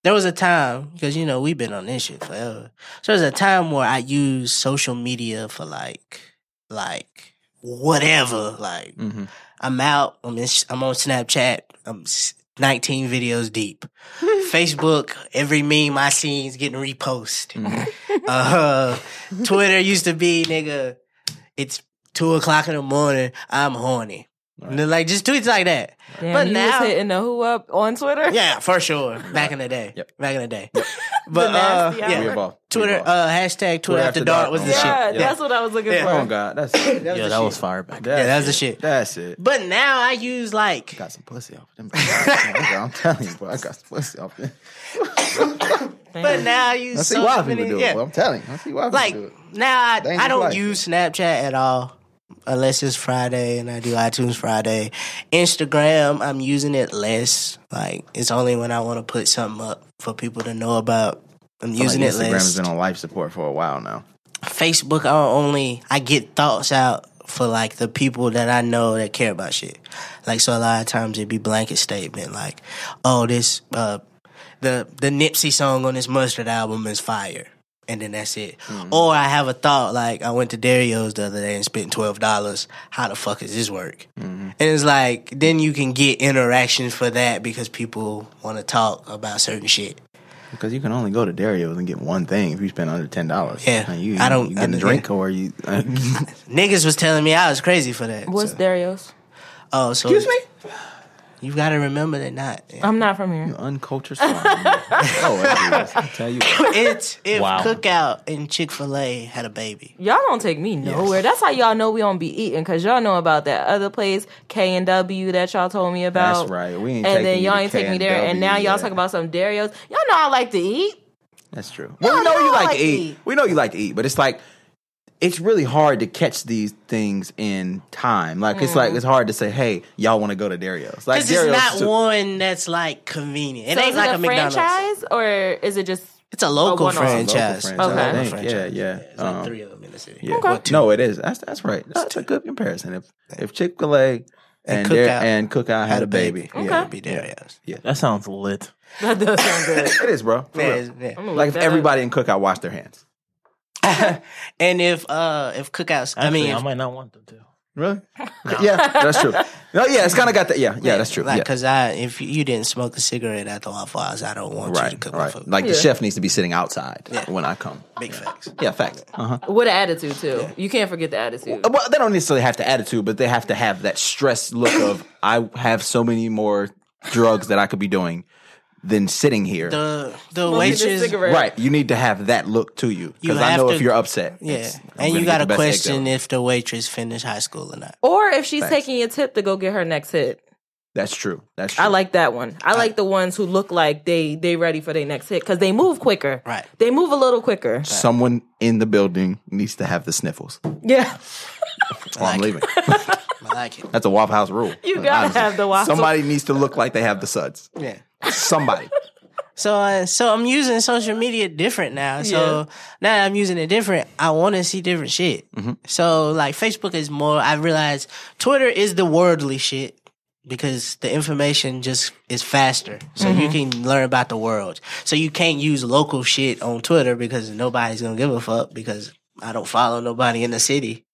B: there was a time because you know we've been on this shit forever. So there's a time where I use social media for like like whatever. Like
D: Mm-hmm.
B: I'm out. I'm in, I'm on Snapchat. I'm s- 19 videos deep. Facebook, every meme I see is getting reposted.
D: mm-hmm.
B: Uh, Twitter used to be, nigga, it's two o'clock in the morning. I'm horny. And they're Like just tweets like that.
C: Damn,
B: But
C: you
B: now-
C: was hitting the who up on Twitter?
B: Yeah, for sure. Back in the day.
D: Yep.
B: Back in the day. But uh,
C: nasty hour.
B: yeah,
D: We evolve. We
B: Twitter
D: evolve.
B: uh, hashtag Twitter, after, dark, was the
D: Yeah,
B: shit.
C: Yeah,
D: yeah.
C: that's what I was looking
B: Yeah.
D: oh
C: for.
D: god, that's it.
B: That was
E: yeah,
B: the
E: that
B: shit.
E: was fire back.
D: That's
E: then.
B: that was the
D: it.
B: shit.
D: That's it.
B: But now I use like
D: Got some pussy off them. I'm telling you, bro. I got some pussy off them.
B: but now I use
D: I see
B: so
D: why
B: many-
D: people do
B: yeah.
D: it. Bro. I'm telling you, I see why people
B: like
D: do it.
B: now I,
D: Dangerous
B: I don't
D: life.
B: use Snapchat at all unless it's Friday and I do iTunes Friday. Instagram, I'm using it less. Like it's only when I want to put something up for people to know about. I'm using
D: like
B: it
D: Instagram
B: less.
D: has been on life support for a while now.
B: Facebook, I only I get thoughts out for like the people that I know that care about shit. Like so, a lot of times it'd be blanket statement like, "Oh, this uh, the the Nipsey song on this Mustard album is fire," and then that's it. Or I have a thought like, I went to Dario's the other day and spent twelve dollars. How the fuck is this work? And it's like then you can get interaction for that because people want to talk about certain shit.
D: Because you can only go to Dario's and get one thing if you spend under ten dollars.
B: Yeah.
D: you,
B: I don't-
D: You get
B: I-
D: a drink or you. uh,
B: Niggas was telling me I was crazy for that.
C: What's
B: so-
C: Darius?
B: Oh, so
D: Excuse me.
B: You gotta remember that not.
C: I'm not from here.
D: You uncultured. swine. oh, I do. I tell you. what.
B: It's if
E: Wow.
B: Cookout and Chick Fil A had a baby.
C: Y'all don't take me nowhere. That's how y'all know we don't be eating because y'all know about that other place K and W that y'all told me about.
D: That's right. We
C: And
D: ain't. taking
C: then
D: you
C: y'all
D: to
C: ain't take me there, and
D: K&W
C: now y'all
D: yet.
C: talk about some Darius. Y'all know I like to eat.
D: That's true. Well, we know you like, to eat. We know you like to eat, but it's like it's really hard to catch these things in time. Like it's like it's hard to say, "Hey, y'all want to go to Dario's?" Like
B: Because it's not
D: too-
B: one that's like convenient. It
C: So
B: ain't
C: is
B: like
C: it
B: a, McDonald's.
C: franchise Oh, or is it just?
B: It's a local
C: one-off.
B: franchise.
D: Local
C: franchise,
B: Local
C: I
D: think.
B: franchise.
D: Yeah, yeah.
B: It's like
D: Um,
B: three of them in the city.
D: Yeah.
B: Or two.
D: No, it is. That's that's right. That's a good comparison. If if Chick Fil A and
B: Cookout
D: Dar- and Cookout had a baby, yeah,
B: it'd be Dario's.
E: That sounds lit.
C: That does sound good.
D: it is, bro. For
B: Yeah,
D: real.
B: it's- yeah.
C: I'ma look
D: Like if
C: that up.
D: everybody in Cookout washed their hands.
B: And if uh if Cookouts, I
E: Actually,
B: mean,
E: I
B: if,
E: might not want them to.
D: Really? Yeah, that's true. No, yeah, it's kind of got that. Yeah, yeah, that's true.
B: Like,
D: yeah.
B: cause I, if you didn't smoke a cigarette at the Waffle House, I don't want you to
D: Right,
B: cook my
D: right.
B: food.
D: Like the
C: Yeah.
D: chef needs to be sitting outside when I come.
B: Big facts.
D: Yeah, facts. Uh huh.
C: With an attitude too. You can't forget the attitude.
D: Well, they don't necessarily have the attitude, but they have to have that stress look of I have so many more drugs that I could be doing than sitting here.
B: The the
C: Smoking a
B: waitress,
C: cigarette.
D: Right. You need to have that look to you
B: You
D: because I
B: have
D: know
B: to-
D: if you're upset.
B: yeah,
D: it's- I'm
B: and
D: gonna
B: you got
D: get the
B: to
D: best egg
B: question
D: though.
B: if the waitress finished high school or not.
C: Or if she's
D: Thanks.
C: taking a tip to go get her next hit.
D: That's true. That's true.
C: I like that one. I like the ones who look like they they ready for their next hit because they move quicker.
B: Right.
C: They move a little quicker.
D: someone in the building needs to have the sniffles. Or
C: Yeah.
D: I'm leaving.
B: I like it.
D: That's a Waffle House rule.
C: You gotta have the waffle.
D: Somebody needs to look like they have the suds.
B: Yeah.
D: Somebody.
B: So uh, so I'm using social media different now. So now that I'm using it different, I want to see different shit. So like Facebook is more. I realize Twitter is the worldly shit because the information just is faster. So you can learn about the world. So you can't use local shit on Twitter because nobody's gonna give a fuck because I don't follow nobody in the city.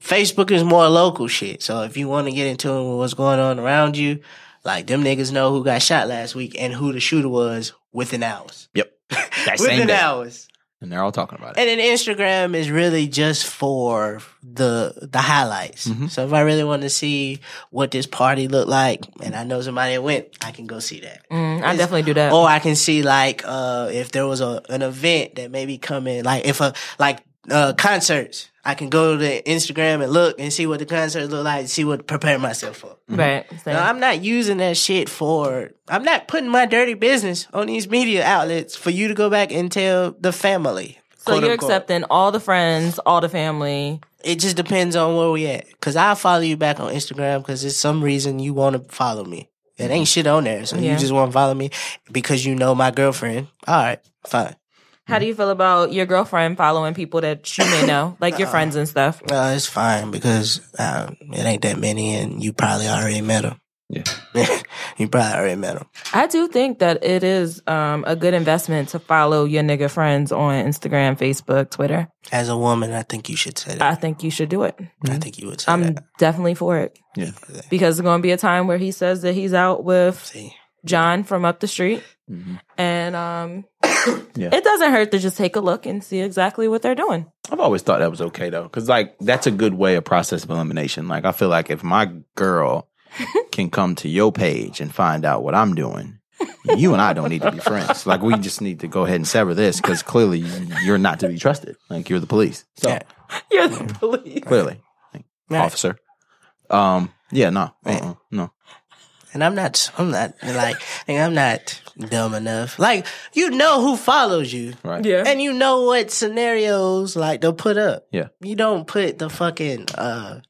B: Facebook is more local shit. So if you want to get into it with what's going on around you, like them niggas know who got shot last week and who the shooter was within hours.
D: Yep. That
B: Within
D: same day.
B: hours.
D: And they're all talking about it.
B: And then Instagram is really just for the the highlights.
D: Mm-hmm.
B: So if I really want to see what this party looked like and I know somebody that went, I can go see that.
C: Mm, I definitely do that.
B: Or I can see like uh if there was a an event that maybe coming like if a like uh concerts. I can go to Instagram and look and see what the concerts look like, see what to prepare myself for.
C: Right. Same.
B: No, I'm not using that shit for. I'm not putting my dirty business on these media outlets for you to go back and tell the family.
C: so
B: quote
C: you're
B: unquote.
C: accepting all the friends, all the family.
B: It just depends on where we at. Cause I'll follow you back on Instagram because it's some reason you want to follow me. It ain't shit on there, so
C: Yeah.
B: you just want to follow me because you know my girlfriend. All right, fine.
C: How do you feel about your girlfriend following people that you may know, like your friends and stuff?
B: No, it's fine because uh, it ain't that many, and you probably already met them.
D: Yeah.
B: you probably already met them.
C: I do think that it is um, a good investment to follow your nigga friends on Instagram, Facebook, Twitter.
B: As a woman, I think you should say that.
C: I think you should do it.
B: I, think you would say
C: I'm
B: that.
C: definitely for it
D: Yeah.
C: because there's going to be a time where he says that he's out with
B: See.
C: John from up the street,
D: Mhm.
C: and um,
D: Yeah.
C: it doesn't hurt to just take a look and see exactly what they're doing.
D: I've always thought that was okay though, because like that's a good way of process of elimination. Like I feel like if my girl can come to your page and find out what I'm doing, you and I don't need to be friends. Like we just need to go ahead and sever this because clearly you're not to be trusted. Like you're the police, so
B: Yeah.
C: You're the police.
D: clearly, Like,
B: Right.
D: officer. Um, yeah, no, uh-uh, no,
B: And I'm not, I'm not like, and I'm not dumb enough. Like, you know who follows you.
D: right?
C: Yeah.
B: And you know what scenarios, like, they'll put up.
D: yeah,
B: You don't put the fucking, uh,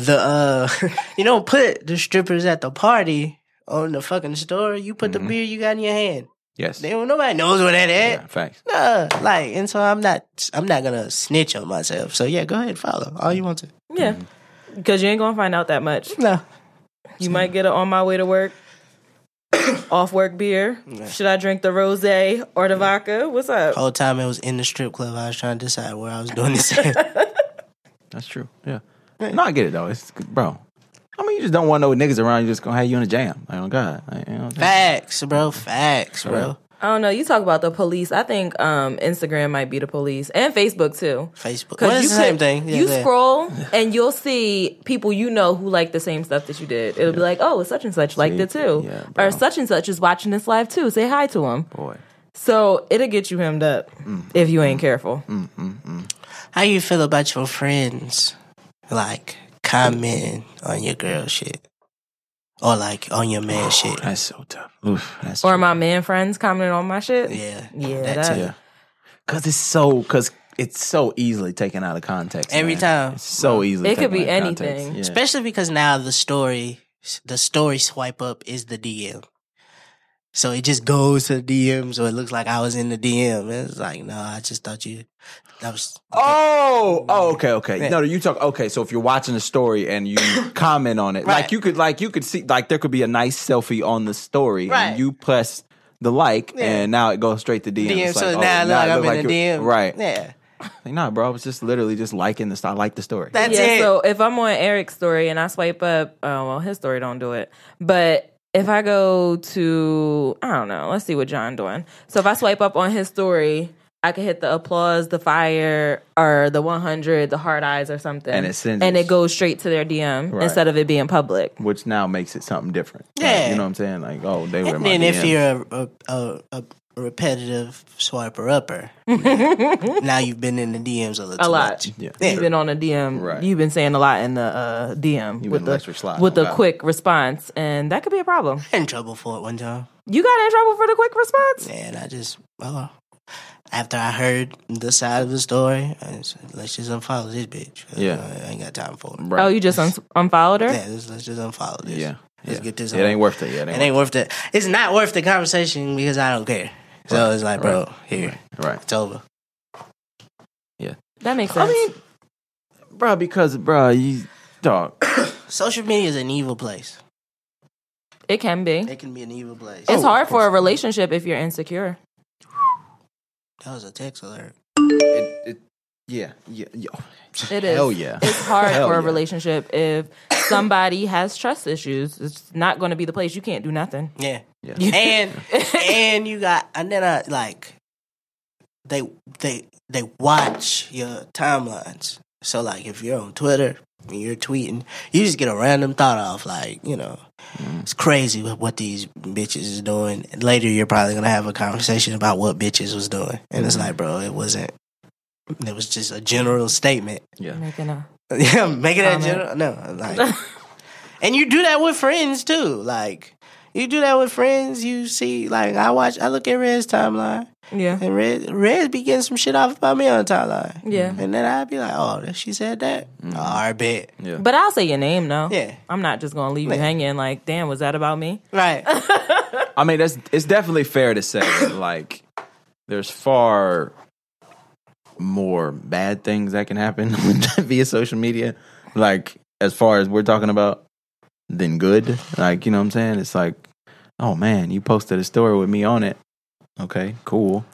B: the, uh, you don't put the strippers at the party on the fucking store. You put
D: Mm-hmm.
B: the beer you got in your hand.
D: yes,
B: They, don't- nobody knows where that at.
D: yeah, facts.
B: Nah, like, and so I'm not, I'm not gonna snitch on myself. So yeah, go ahead, follow all you want to.
C: Yeah, because you ain't going to find out that much.
B: No.
C: You might get it on my way to work. Off work beer. Should I drink the rose or the vodka? What's up?
B: Whole time it was in the strip club, I was trying to decide where I was doing this.
D: That's true. Yeah. No, I get it though. It's bro. I mean, you just don't want no niggas around. You just gonna have you in a jam. Like, oh God, like, you know,
B: Facts, bro. Facts, bro.
C: I don't know. You talk about the police. I think um, Instagram might be the police and Facebook too.
B: Facebook.
C: 'Cause
B: Well, it's
C: you
B: the same
C: could-
B: thing. Yeah,
C: you
B: yeah.
C: scroll and you'll see people you know who like the same stuff that you did. It'll be like, oh, such and such liked
D: See?
C: it too,
D: Yeah, bro.
C: or such and such is watching this live too. Say hi to him.
D: boy.
C: So it'll get you hemmed up
B: Mm.
C: if you ain't careful.
D: Mm,
B: How you feel about your friends, like commenting on your girl shit, or like on your
C: Oh,
B: man shit?
D: Oh, That's so tough. Oof, that's
C: Or
D: true.
C: my man friends commenting on my shit.
B: Yeah,
C: Yeah,
B: That
C: that-
B: too.
D: yeah, because it's so because it's so easily taken out of context
B: Every
D: man.
B: time.
D: It's so easily.
C: It could
D: taken
C: be
D: out of context.
C: anything.
D: Yeah.
B: Especially because now the story, the story swipe up is the DM. So it just goes to the DM, so it looks like I was in the DM. It's like, no, I just thought you. That was
D: Oh, oh, okay, okay.
B: Yeah.
D: No, you talk. Okay, so if you're watching a story and you comment on it, like
B: Right.
D: you could, like you could see, like there could be a nice selfie on the story,
B: Right.
D: and you press the like,
B: Yeah.
D: and now it goes straight to DM.
B: DM.
D: It's
B: so
D: like, oh,
B: now, look,
D: it
B: I'm
D: look
B: in the
D: like
B: DM.
D: you- right?
B: Yeah.
D: Like, nah, bro, I was just literally just liking this. I like the story.
B: That's
C: yeah,
B: it.
C: so if I'm on Eric's story and I swipe up, oh well, his story don't do it. But if I go to, I don't know, let's see what John doing. So if I swipe up on his story, I can hit the applause, the fire, or the 100, the hard eyes, or something,
D: And it sends
C: and
D: it.
C: it goes straight to their DM
D: Right.
C: instead of it being public.
D: which now makes it something different. Like,
B: Yeah.
D: you know what I'm saying? Like, oh, they were in
B: and
D: my
B: then if
D: DMs.
B: you're a, a, a, a repetitive swiper upper, now you've been in the DMs a, little
C: A
B: too
C: lot.
B: much.
D: Yeah.
C: You've been on a DM.
D: Right.
C: You've been saying a lot in the uh, DM
D: You've
C: with
D: been
C: the
D: electric slide
C: with the
D: about it.
C: quick response, and that could be a problem.
B: I had in trouble for it one time,
C: You got in trouble for the quick response.
B: and I just well, after I heard the side of the story, I said, let's just unfollow this bitch.
D: Yeah.
B: I ain't got time for it.
D: Right.
C: Oh, you just un- unfollowed her.
B: Yeah, let's, let's just unfollow this.
D: Yeah.
B: let's
D: Yeah.
B: get this.
D: It
B: on.
D: ain't worth it. Yeah, it
B: It
D: ain't,
B: ain't worth it. It's not worth the conversation because I don't care. So
D: Right.
B: it's like, bro, here,
D: worth it. Right.
B: it's over.
C: That makes sense.
D: mean, Bro, because, bro, you, dog.
B: Social media is an evil place.
C: it can be.
B: It can be Oh, an evil place.
C: it's hard for a relationship if you're insecure.
B: That was a text alert.
D: It, it, yeah, yeah, yeah.
C: It is.
D: Hell yeah.
C: It's hard
D: Hell
C: for a
D: yeah.
C: relationship if somebody has trust issues. It's not going to be the place. You can't do nothing.
B: Yeah.
D: Yeah.
B: And and you got and then I like they they they watch your timelines. So like if you're on Twitter and you're tweeting, you just get a random thought off like, you know, it's crazy what, what these bitches is doing. And later you're probably gonna have a conversation about what bitches was doing. And it's like, bro, it wasn't it was just a general statement.
D: Yeah.
C: Making a
B: Yeah, make it a
C: Comment.
B: general. No, like, and you do that with friends too. Like, you do that with friends. You see, like, I watch, I look at Red's timeline,
C: yeah,
B: and Red, Red be getting some shit off about me on the timeline.
C: yeah.
B: And then I'd be like, oh, she said that. Oh, I bet.
D: Yeah.
C: But I'll say your name though.
B: Yeah.
C: I'm not just going to leave you
B: Yeah.
C: hanging. Like, damn, was that about me?
B: Right.
D: I mean, that's it's definitely fair to say that, like, there's far more bad things that can happen via social media, like as far as we're talking about, than good. Like, you know what I'm saying? It's like, oh man, you posted a story with me on it. Okay, cool.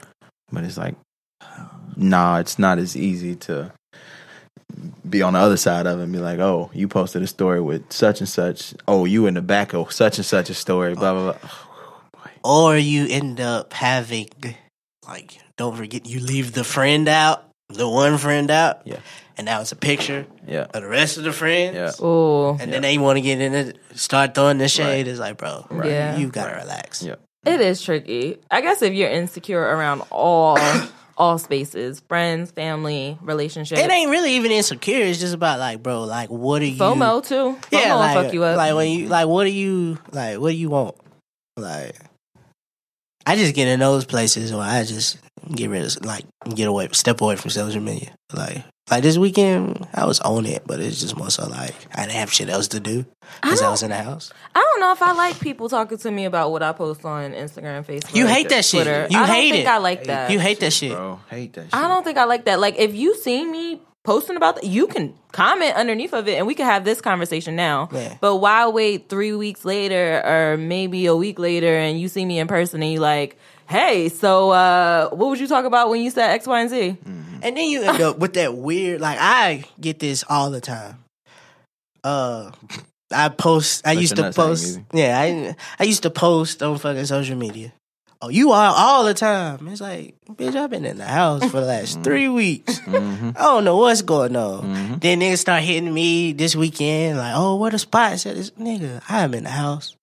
D: But it's like, nah, it's not as easy to be on the other side of it and be like, oh, you posted a story with such and such. Oh, you in the back of such and such a story, blah, blah, blah.
B: or you end up having, like, don't forget, you leave the friend out, the one friend out.
D: Yeah.
B: And now it's a picture
D: Yeah.
B: of the rest of the friends.
D: Yeah.
C: Oh,
B: And then they want to get in it, start throwing the shade.
D: Right.
B: It's like, bro,
C: Right. Yeah.
B: you gotta relax.
D: Yeah.
C: it is tricky. I guess if you're insecure around all all spaces, friends, family, relationships,
B: It ain't really even insecure. It's just about like, bro, like, what are you?
C: FOMO too. FOMO
B: yeah,
C: will
B: like,
C: fuck you up.
B: like when you, like, what do you, like, what do you want? Like, I just get in those places where I just get rid of, like, get away, step away from social media. Like, like this weekend, I was on it, but it's just more so like I didn't have shit else to do because I, was in the house.
C: I don't know if I like people talking to me about what I post on Instagram, Facebook.
B: You hate that shit.
C: Twitter.
B: You
C: I don't
B: hate
C: think
B: it.
C: I like that.
B: You hate that shit.
D: Bro, hate that shit.
C: I don't think I like that. Like if you see me posting about that, you can comment underneath of it and we can have this conversation now.
B: Yeah.
C: But why wait three weeks later or maybe a week later and you see me in person and you like, hey, so uh, what would you talk about when you said X, Y, and Z?
D: Mm-hmm.
B: And then you end up with that weird like I get this all the time. Uh I post I
D: But
B: used
D: you're
B: to
D: not saying
B: post
D: anything.
B: yeah, I I used to post on fucking social media. Oh, you are all the time. It's like, bitch, I've been in the house for the
D: Mm-hmm.
B: last three weeks.
D: Mhm.
B: I don't know what's going on.
D: Mhm.
B: Then niggas start hitting me this weekend, like, oh, what a spot. I said, this nigga, I am in the house,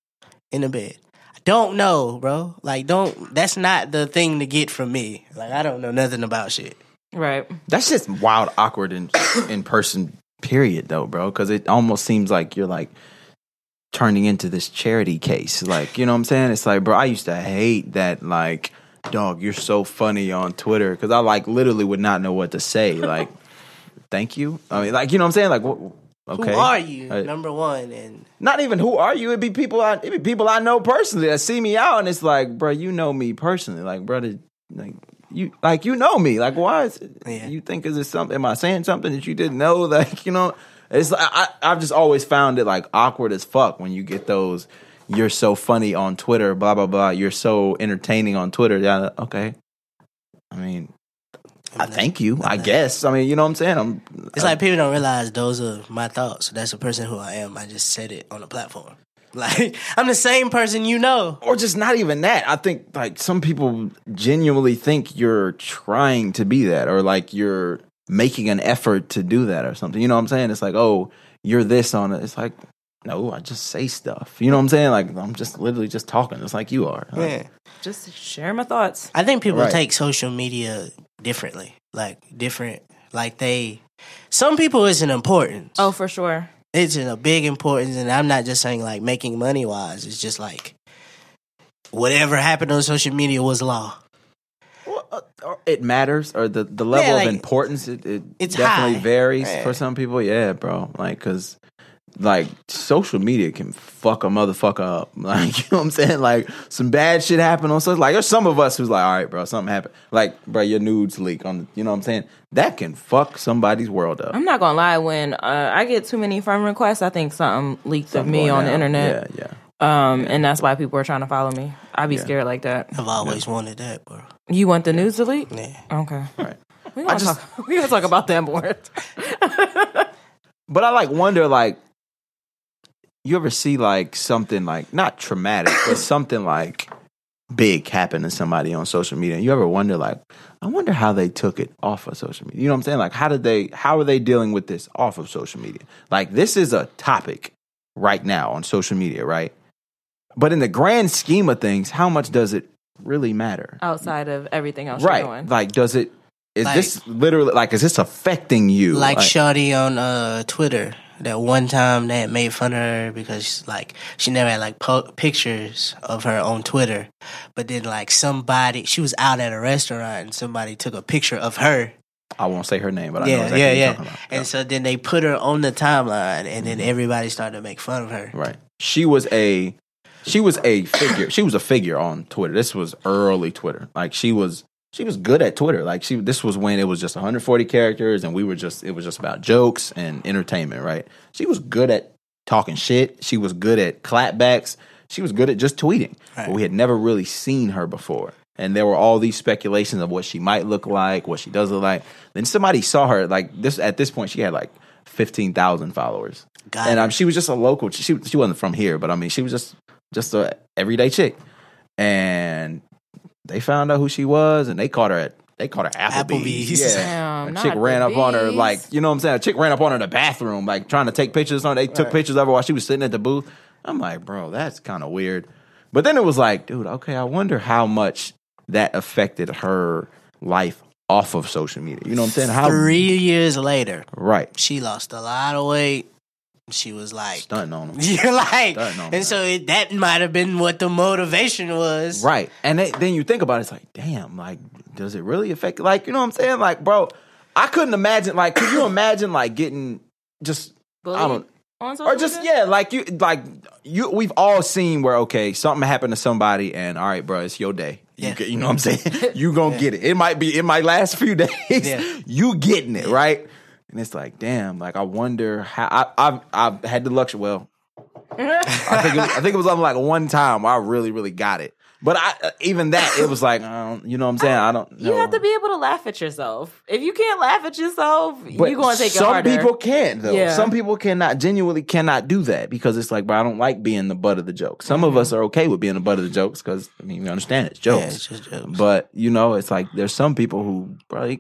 B: in the bed. I don't know, bro. Like, don't, that's not the thing to get from me. Like, I don't know nothing about shit.
C: Right.
D: That's just wild, awkward in in person. Period, though, bro. Because it almost seems like you're like turning into this charity case. Like, you know what I'm saying? It's like, bro, I used to hate that. Like, dog, you're so funny on Twitter because I like literally would not know what to say. Like, thank you. I mean, like, you know what I'm saying? Like, what? Okay.
B: Who are you?
D: Uh,
B: number one, and
D: not even who are you? It'd be people I it'd be people I know personally that see me out and it's like, bro, you know me personally. Like, brother, like you like you know me. Like, why is it,
B: Yeah.
D: you think is it something am I saying something that you didn't know? Like, you know, it's like I, I've just always found it like awkward as fuck when you get those you're so funny on Twitter, blah blah blah. You're so entertaining on Twitter. Yeah, okay. I mean,
B: from
D: I
B: that.
D: thank you. I guess. I mean, you know what I'm saying. I'm. uh,
B: It's like people don't realize those are my thoughts. That's the person who I am. I just said it on a platform. Like I'm the same person you know.
D: or just not even that. I think like some people genuinely think you're trying to be that or like you're making an effort to do that or something. You know what I'm saying? It's like, oh, you're this on it. It's like, no, I just say stuff. You know what I'm saying? Like I'm just literally just talking. It's like you are. Like,
B: Man.
C: Just share my thoughts.
B: I think people
D: Right.
B: take social media differently. Like different like they some people it's an importance.
C: Oh, for sure.
B: It's in a big importance and I'm not just saying like making money wise. It's just like whatever happened on social media was law.
D: well, uh, or it matters or the, the level
B: like,
D: of importance it, it
B: it's
D: definitely
B: high.
D: varies
B: Yeah.
D: for some people. Yeah, bro. Like cuz like social media can fuck a motherfucker up. Like you know what I'm saying? Like some bad shit happened on social. Like there's some of us who's like, all right, bro, something happened. Like, bro, your nudes leak on. The, you know what I'm saying? That can fuck somebody's world up.
C: I'm not gonna lie. When uh, I get too many friend requests, I think something leaked
D: Something
C: of me
D: going
C: on the
D: down.
C: internet.
D: Yeah, yeah.
C: Um, and that's why people are trying to follow me. I'd be scared like that.
B: I've always wanted that, bro.
C: You want the news to leak?
B: Yeah.
C: Okay.
D: Right.
C: We gonna
D: just-
C: talk. We gonna talk about them more.
D: But I like wonder like you ever see like something like not traumatic, but something like big happen to somebody on social media. You ever wonder like I wonder how they took it off of social media. You know what I'm saying? Like how did they how are they dealing with this off of social media? Like this is a topic right now on social media, right? But in the grand scheme of things, how much does it really matter?
C: Outside of everything else
D: right.
C: you're doing.
D: Like does it is
B: Like-
D: this literally like is this affecting you?
B: like Shawty on uh, Twitter that one time that made fun of her because like she never had like po- pictures of her on Twitter, but then like somebody she was out at a restaurant and somebody took a picture of her.
D: I won't say her name, but I know
B: yeah,
D: exactly
B: yeah,
D: what you're
B: yeah.
D: talking about. Mm-hmm.
B: And so then they put her on the timeline, and then everybody started to make fun of her.
D: Right. She was a she was a figure. she was a figure on Twitter. This was early Twitter. Like she was she was good at Twitter. Like she this was when it was just 140 characters and we were just it was just about jokes and entertainment, right? She was good at talking shit. She was good at clapbacks. She was good at just tweeting.
B: Right.
D: But we had never really seen her before. And there were all these speculations of what she might look like, what she does look like. Then somebody saw her like this at this point she had like 15,000 followers
B: Got
D: and
B: it.
D: um, she was just a local. She she wasn't from here, but I mean, she was just just a everyday chick. And they found out who she was, and they caught her at they caught her Applebee's.
B: Applebee's.
D: Yeah,
C: Damn,
D: a chick
C: not
D: ran up on her
C: Applebee's.
D: like you know what I'm saying. A chick ran up on her in the bathroom, like trying to take pictures. On they took pictures of her while she was sitting at the booth. I'm like, bro, that's kind of weird. But then it was like, dude, okay, I wonder how much that affected her life off of social media. You know what I'm saying? How
B: Three years later,
D: right?
B: she lost a lot of weight. She was like,
D: Stunting on them.
B: you're like,
D: Stunting on
B: and
D: them.
B: so it, that might have been what the motivation was.
D: Right. And it, then you think about it, it's like, damn, like, does it really affect, like, you know what I'm saying? Like, bro, I couldn't imagine, like, could you imagine, like, getting just, I don't,
C: On social
D: or just,
C: media?
D: yeah, like, you, like, you, we've all seen where, okay, something happened to somebody, and all right, bro, it's your day. You,
B: Yeah.
D: get, you know what I'm saying? You gonna get it. It might be, it might last a few days.
B: Yeah.
D: You getting it, right? And it's like, damn, like, I wonder how, I, I've, I've had the luxury, well, I think it, I think it was on like one time where I really really got it. But I uh, even that it was like I don't- you know what I'm saying I don't.
C: You
D: know.
C: have to be able to laugh at yourself. If you can't laugh at yourself,
D: But
C: you're going to take it
D: some
C: harder.
D: people can't though.
C: Yeah.
D: Some people cannot genuinely cannot do that because it's like, bro, I don't like being the butt of the joke. Some of us are okay with being the butt of the jokes because I mean we understand it's jokes.
B: Yeah, it's just jokes.
D: But you know, it's like there's some people who probably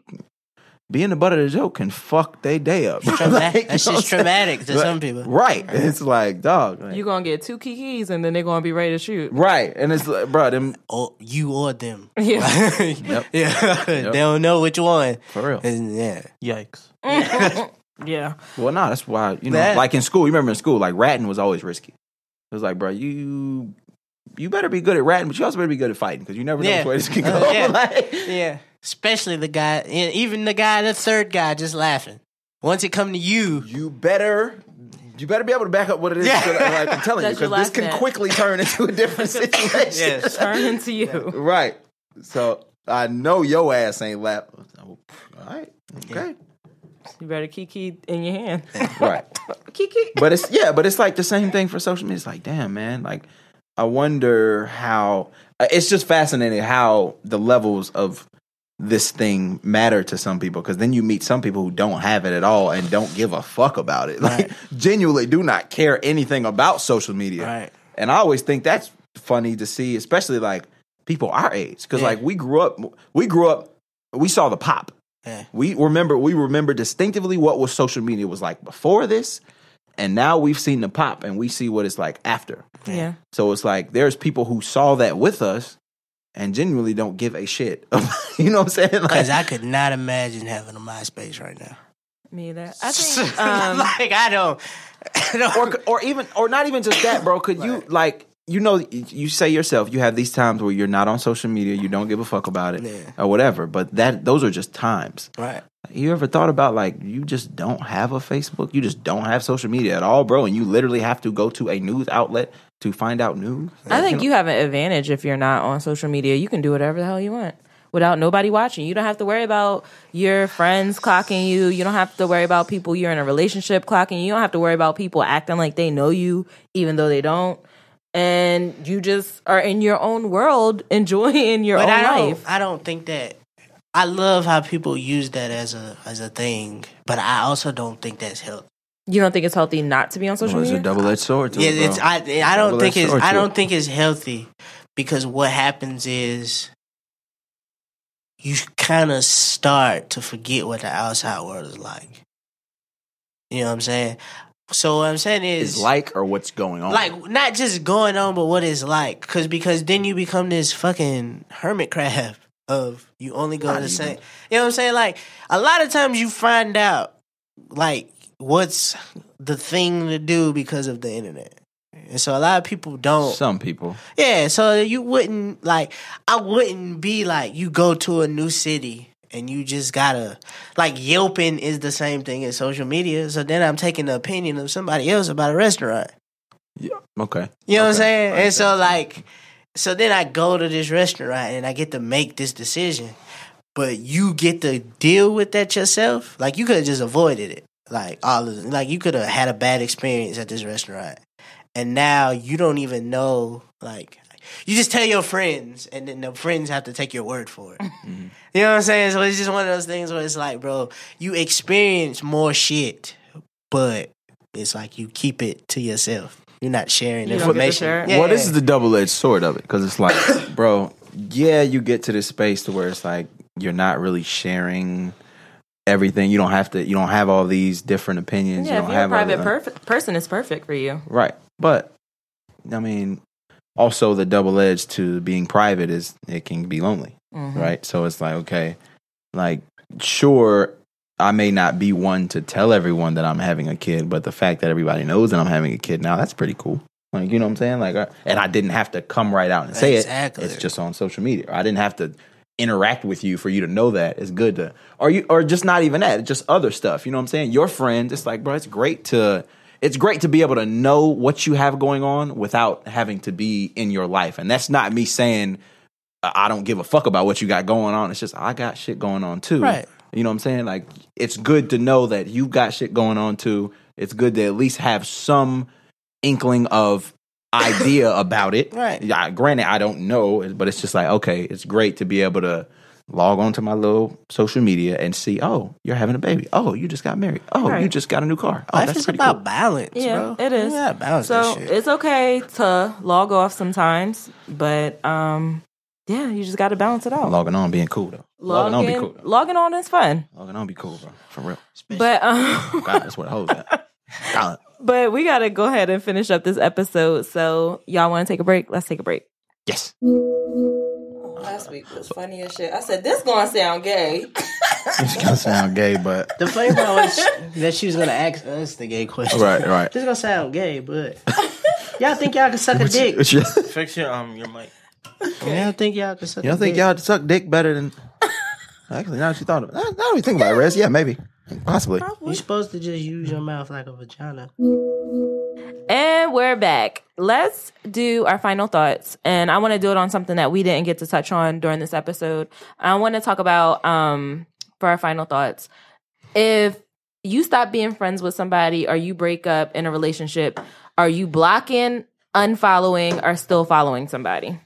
D: being the butt of the joke can fuck their day up. Like, you
B: Traumatic.
D: know
B: That's
D: what I'm
B: just
D: saying?
B: traumatic to
D: Like,
B: some people.
D: Right. It's like dog. like-
C: You're going to get two kikis and then they're going to be ready to shoot.
D: right. And it's like, bro, them
B: Or you or them.
C: Yeah.
B: Yeah. They don't know which one.
D: for real.
B: And yeah.
E: Yikes.
C: yeah.
D: Well, no, that's why you know,
B: That-
D: like in school, you remember in school, like ratting was always risky. It was like, bro, you you better be good at ratting, but you also better be good at fighting because you never know
B: Yeah.
D: which way this can go.
B: Uh, yeah.
D: Like,
B: Yeah. Especially the guy, and even the guy, the third guy just laughing. Once it come to you,
D: you better you better be able to back up what it is.
B: Yeah.
D: that- like, I'm telling you,
C: That you're
D: because this can
C: laughing at.
D: quickly turn into a different situation.
B: Yes.
C: Turn into you.
D: Right. So I know your ass ain't lap. All right. Okay.
C: You better kiki in your hand.
D: Right.
C: kiki.
D: but it's yeah, but it's like the same thing for social media. It's like, damn, man, like I wonder how. uh, It's just fascinating how the levels of this thing matter to some people because then you meet some people who don't have it at all and don't give a fuck about it. Like genuinely do not care anything about social media.
B: Right.
D: And I always think that's funny to see, especially like people our age because
B: Yeah.
D: like we grew up, we grew up, we saw the pop.
B: Yeah.
D: We remember we remember distinctively what was social media was like before this, and now we've seen the pop and we see what it's like after.
C: Yeah.
D: So it's like there's people who saw that with us and genuinely don't give a shit. you know what I'm saying? Like,
B: Because I could not imagine having a MySpace right now.
C: Me either. I think um,
B: like I don't, I don't
D: or or even or not even just that, bro. Could you like you know you say yourself you have these times where you're not on social media, you don't give a fuck about it
B: Yeah.
D: or whatever. But that those are just times.
B: right.
D: You ever thought about like you just don't have a Facebook, you just don't have social media at all, bro, and you literally have to go to a news outlet to find out news.
C: I think you have an advantage if you're not on social media. You can do whatever the hell you want without nobody watching. You don't have to worry about your friends clocking you. You don't have to worry about people you're in a relationship clocking you. You don't have to worry about people acting like they know you even though they don't. And you just are in your own world enjoying your
B: But
C: own
B: I don't.
C: life.
B: I don't think that. I love how people use that as a as a thing, but I also don't think that's healthy.
C: You don't think it's healthy not to be on social
D: It's Oh, a
C: media?
D: double edged sword. to
B: Yeah,
D: it, bro.
B: it's I. I don't
D: Double-edged
B: think it's.
D: sword
B: I
D: to
B: don't
D: it.
B: think it's healthy because what happens is you kind of start to forget what the outside world is like. You know what I'm saying? So what I'm saying is,
D: is like or what's going on.
B: like not just going on, but what it's like. Cause because then you become this fucking hermit crab of you only go to the same. You know what I'm saying? Like a lot of times you find out like what's the thing to do because of the internet, and so a lot of people don't.
D: some people.
B: Yeah, so you wouldn't like I wouldn't be like you go to a new city and you just gotta like Yelping is the same thing as social media. So then I'm taking the opinion of somebody else about a restaurant.
D: Okay.
B: You know what I'm
D: Okay.
B: saying?
D: Right.
B: And so like so then I go to this restaurant and I get to make this decision. But you get to deal with that yourself. Like you could have just avoided it. Like all of like you could have had a bad experience at this restaurant. And now you don't even know like you just tell your friends and then the friends have to take your word for it. You know what I'm saying? So it's just one of those things where it's like, bro, you experience more shit, but it's like you keep it to yourself. You're not sharing
C: You don't get to
B: information.
C: share it?
B: Yeah.
D: Well, this is the double edged sword of it because it's like, bro, yeah, you get to this space to where it's like you're not really sharing everything. You don't have to. You don't have all these different opinions. you
C: yeah,
D: don't
C: if you're a
D: have all
C: private
D: the-
C: perf- person, it's perfect for you.
D: right? But I mean, also the double edge to being private is it can be lonely,
C: Mhm.
D: right? So it's like, okay, like sure. I may not be one to tell everyone that I'm having a kid, but the fact that everybody knows that I'm having a kid now, that's pretty cool. Like, you know what I'm saying? Like, I, and I didn't have to come right out and say
B: Exactly.
D: it. It's just on social media. I didn't have to interact with you for you to know that. It's good to, or you, or just not even that. Just other stuff. You know what I'm saying? Your friends. It's like, bro, it's great to, it's great to be able to know what you have going on without having to be in your life. And that's not me saying I I don't give a fuck about what you got going on. It's just I got shit going on too.
B: Right.
D: You know what I'm saying? Like it's good to know that you've got shit going on too. It's good to at least have some inkling of idea about it.
B: Right.
D: Yeah, granted, I don't know, but it's just like okay, it's great to be able to log on to my little social media and see. Oh, you're having a baby. Oh, you just got married. Oh, you
C: Right.
D: just got a new car. Oh,
B: life
D: that's
B: is
D: pretty
B: about
D: cool.
B: balance,
C: Yeah,
B: bro.
C: it is.
B: Yeah, balance
C: So
B: that shit.
C: it's okay to log off sometimes, but um, yeah, you just got to balance it out.
D: Logging on being cool though.
C: logging,
D: logging on be cool. Though.
C: logging on is fun,
D: Logging on be cool, bro. For real.
C: but um,
D: God, that's what it holds at. God.
C: but we got to go ahead and finish up this episode. So y'all want to take a break? Let's take a break.
D: Yes.
C: Last week was funny as shit. I said this gonna sound gay.
D: It's gonna sound gay, but
B: the funny part was that she was gonna ask us the gay question.
D: right, right.
B: This gonna sound gay, but y'all think y'all can suck a dick.
D: It's just-
E: Fix your um your mic.
B: Y'all think y'all can suck
D: you don't
B: a
D: think
B: dick.
D: y'all suck dick better than? Actually, now that you thought of it, now now that we think about it, Rez, yeah, maybe, possibly.
B: You're supposed to just use your mouth like a vagina.
C: And we're back. Let's do our final thoughts. And I want to do it on something that we didn't get to touch on during this episode. I want to talk about, um, for our final thoughts, if you stop being friends with somebody or you break up in a relationship, are you blocking, unfollowing, or still following somebody?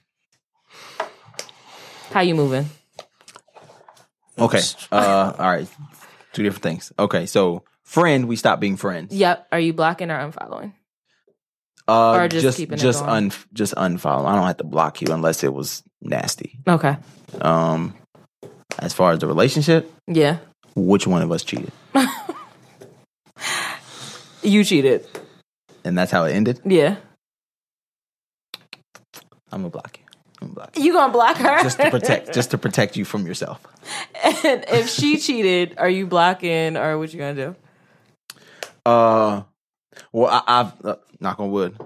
C: How you moving?
D: Okay. Uh, all right. Two different things. Okay. So friend, we stop being friends.
C: Yep. Are you blocking or unfollowing?
D: Uh,
C: Or just
D: just
C: keeping it
D: just
C: going.
D: un just unfollow. I don't have to block you unless it was nasty.
C: Okay.
D: Um, as far as the relationship,
C: Yeah.
D: which one of us cheated,
C: You cheated.
D: and that's how it ended.
C: Yeah.
D: I'm gonna block you. I'm gonna block you.
C: You gonna block her?
D: just to protect, just to protect you from yourself.
C: and if she cheated, are you blocking or what you gonna do?
D: Uh, well, I, I've uh, knock on wood.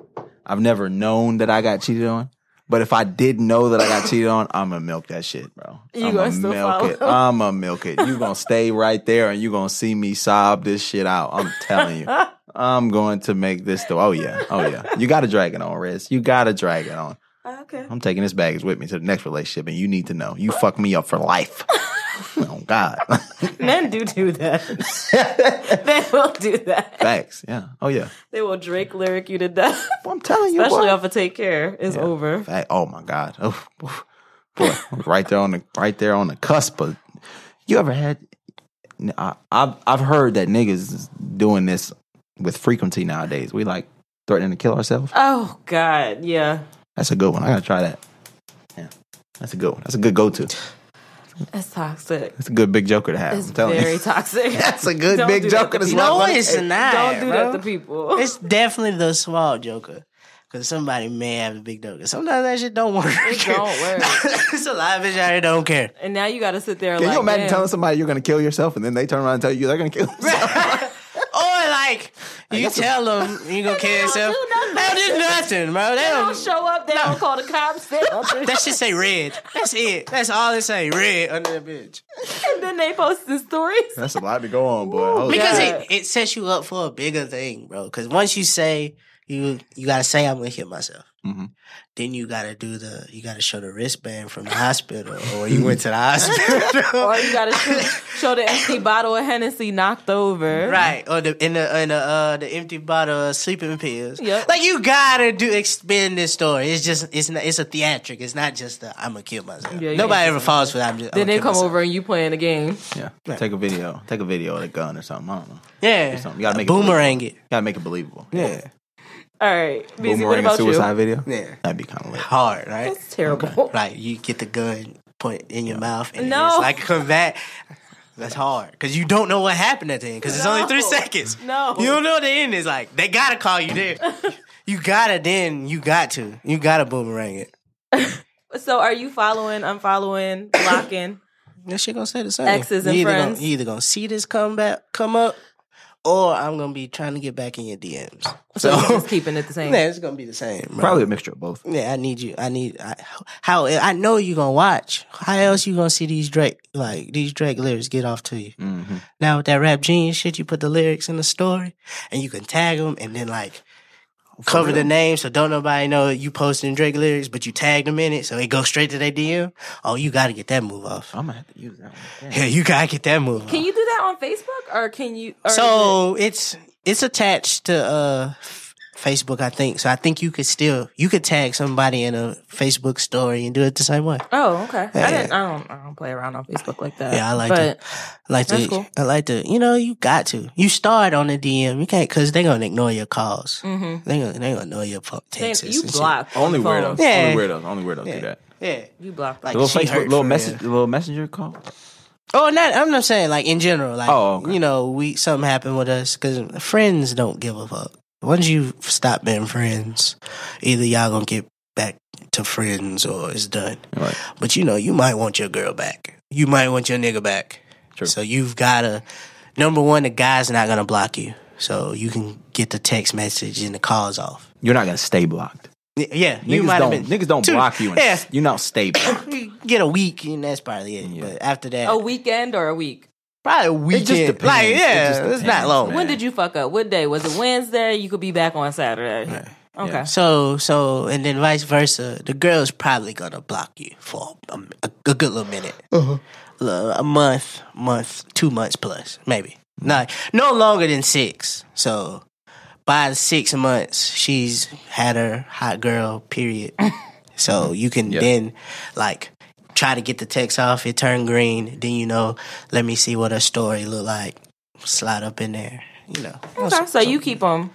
D: I've never known that I got cheated on, but if I did know that I got cheated on, I'm gonna milk that shit, bro.
C: You
D: I'm
C: gonna still
D: milk
C: follow?
D: it. I'm gonna milk it. You gonna stay right there, and you gonna see me sob this shit out. I'm telling you. I'm going to make this though. Oh yeah, oh yeah. You got to drag it on, Riz. You got to drag it on.
C: Okay.
D: I'm taking this baggage with me to the next relationship, and you need to know you fuck me up for life. oh God,
C: Men do do that. they will do that.
D: facts. Yeah. Oh yeah.
C: They will Drake lyric you to death.
D: I'm telling you,
C: Especially
D: boy.
C: off of Take Care is over.
D: Fact- oh my god. Oh, oof. boy, I was right there on the right there on the cusp. Of, you ever had? n- I, have I've heard that niggas is doing this with frequency nowadays. We like threatening to kill ourselves.
C: Oh God, yeah.
D: That's a good one. I gotta try that. Yeah, that's a good one. That's a good go to.
C: It's toxic.
D: That's a good big joker to have.
C: It's
D: I'm telling
C: very
D: you.
C: toxic.
D: That's a good
C: Don't
D: big
C: do that to
D: joker. That's
C: people.
B: No,
D: what I'm
B: it's
D: saying.
B: not.
C: Don't do
B: bro.
C: that to people.
B: It's definitely the small joker. Cause somebody may have a big joker. Sometimes that shit don't work.
C: It don't work.
B: it's a lot of bitch out here don't care.
C: and now you got to sit there
D: Can
C: like,
D: you imagine
C: man,
D: telling somebody you're gonna kill yourself, and then they turn around and tell you they're gonna kill themselves?
B: Or like you
D: guess-
B: tell them you gonna kill
C: They
B: yourself.
C: don't do
B: They
C: nothing.
B: don't do nothing, bro. They
C: they don't
B: don't.
C: show up. They don't call the cops. They don't do
B: That shit say red. That's it. That's all it say. Red under the bitch.
C: and then they post the stories.
D: That's a lot to go on, boy. Holy
B: Because
D: shit.
B: it, it sets you up for a bigger thing, bro. Because once you say you you gotta say I'm gonna hit myself,
D: Mhm.
B: then you gotta do the you gotta show the wristband from the hospital or you went to the hospital,
C: Or you got to show, show the empty bottle of Hennessy knocked over.
B: right? Or the in the in the uh, the empty bottle of sleeping pills.
C: Yep.
B: Like you gotta do expand this story. It's just it's not it's a theatric. It's not just the I'm gonna kill myself.
C: Yeah, yeah,
B: Nobody ever falls for that. I'm just,
C: Then
B: I'ma
C: they
B: kill
C: come
B: myself.
C: over and you playing a game.
D: yeah, take a video, take a video of a gun or something. I don't know.
B: Yeah,
D: do something. You gotta make it
B: boomerang it.
D: Gotta make it believable. Yeah.
C: All right, BZ, what
D: Boomerang a
C: about you?
D: suicide video?
B: Yeah.
D: That'd be kind of lit.
B: hard, right?
C: It's terrible.
B: Like you get the gun point in your mouth and
C: No.
B: it's like come back. That's hard because you don't know what happened at the end because it's only three
C: No.
B: seconds.
C: No.
B: you don't know what the end is like. They gotta call you there. you gotta then. You got to. You gotta boomerang it.
C: So are you following, unfollowing, blocking?
B: That shit gonna say the same.
C: Exes and
B: you either
C: friends.
B: Gonna, you either gonna see this come back, come up, or I'm gonna be trying to get back in your DMs. So,
C: So, you're just keeping it the same.
B: yeah, it's gonna be the same. bro.
D: Probably a mixture of both.
B: Yeah, I need you. I need I, how I know you gonna watch. How else you gonna see these Drake like these Drake lyrics get off to you?
C: Mm.
D: Mm-hmm.
B: Now with that rap genius shit, you put the lyrics in the story and you can tag them and then like cover the name so don't nobody know you posting Drake lyrics, but you tagged them in it so it goes straight to their DM. Oh, you gotta get that move off.
D: I'm gonna have to use that one. Damn.
B: Yeah, you gotta get that move.
C: Oh. Can
B: off.
C: you do that on Facebook or can you? Or is
B: So it's it's attached to uh F- Facebook, I think. So I think you could still you could tag somebody in a Facebook story and do it the same way.
C: it- oh, okay. I,
B: Yeah.
C: didn't, I don't. I don't play around on Facebook like that.
B: Yeah, I like
C: but,
B: to, I like
C: that's
B: to,
C: cool.
B: I like to. You know, you got to. You start on the DM. You can't because they gonna ignore your calls.
C: Mhm.
B: They gonna they gonna ignore your po-
C: Then
B: texts.
C: you
B: and shit.
C: block on
D: Only
C: the phone.
D: weirdos.
B: Yeah.
D: Only weirdos. Only weirdos do that.
B: Yeah.
C: You block
B: Like
D: The little
B: she
D: Facebook,
B: hurt
D: little
B: for
D: message,
B: real.
D: little messenger call.
B: Oh, not. I'm not saying like in general. Like
D: Oh, okay.
B: you know, we something happened with us because friends don't give a fuck. Once you stop being friends, either y'all gonna get back to friends or it's done.
D: Right.
B: But you know, you might want your girl back. You might want your nigga back.
D: True.
B: So you've gotta number one, the guy's not gonna block you. So you can get the text message and the calls off.
D: You're not gonna stay blocked.
B: Y- Yeah,
D: Niggas
B: you might have
D: don't.
B: been
D: Niggas don't
B: two-
D: block you. And
B: Yeah.
D: You're not stay blocked.
B: you get a week and that's probably it.
D: Yeah.
B: But after that,
C: a weekend or a week.
B: probably a weekend.
D: just depends.
B: Like
D: It
B: yeah,
D: just
B: it's not
D: depends,
B: long.
D: man.
C: When did you fuck up? What day was it? Wednesday. You could be back on Saturday. Okay.
D: Yeah.
B: So so and then vice versa. The girl's probably gonna block you for a, a- a good little minute, Little- a month, month, two months plus, maybe. Not no longer than six. So by the six months, she's had her hot girl period. so you can
D: Yeah.
B: then like try to get the text off. It turned green. Then you know, let me see what her story look like. Slide up in there. You know,
C: Okay, so you keep them.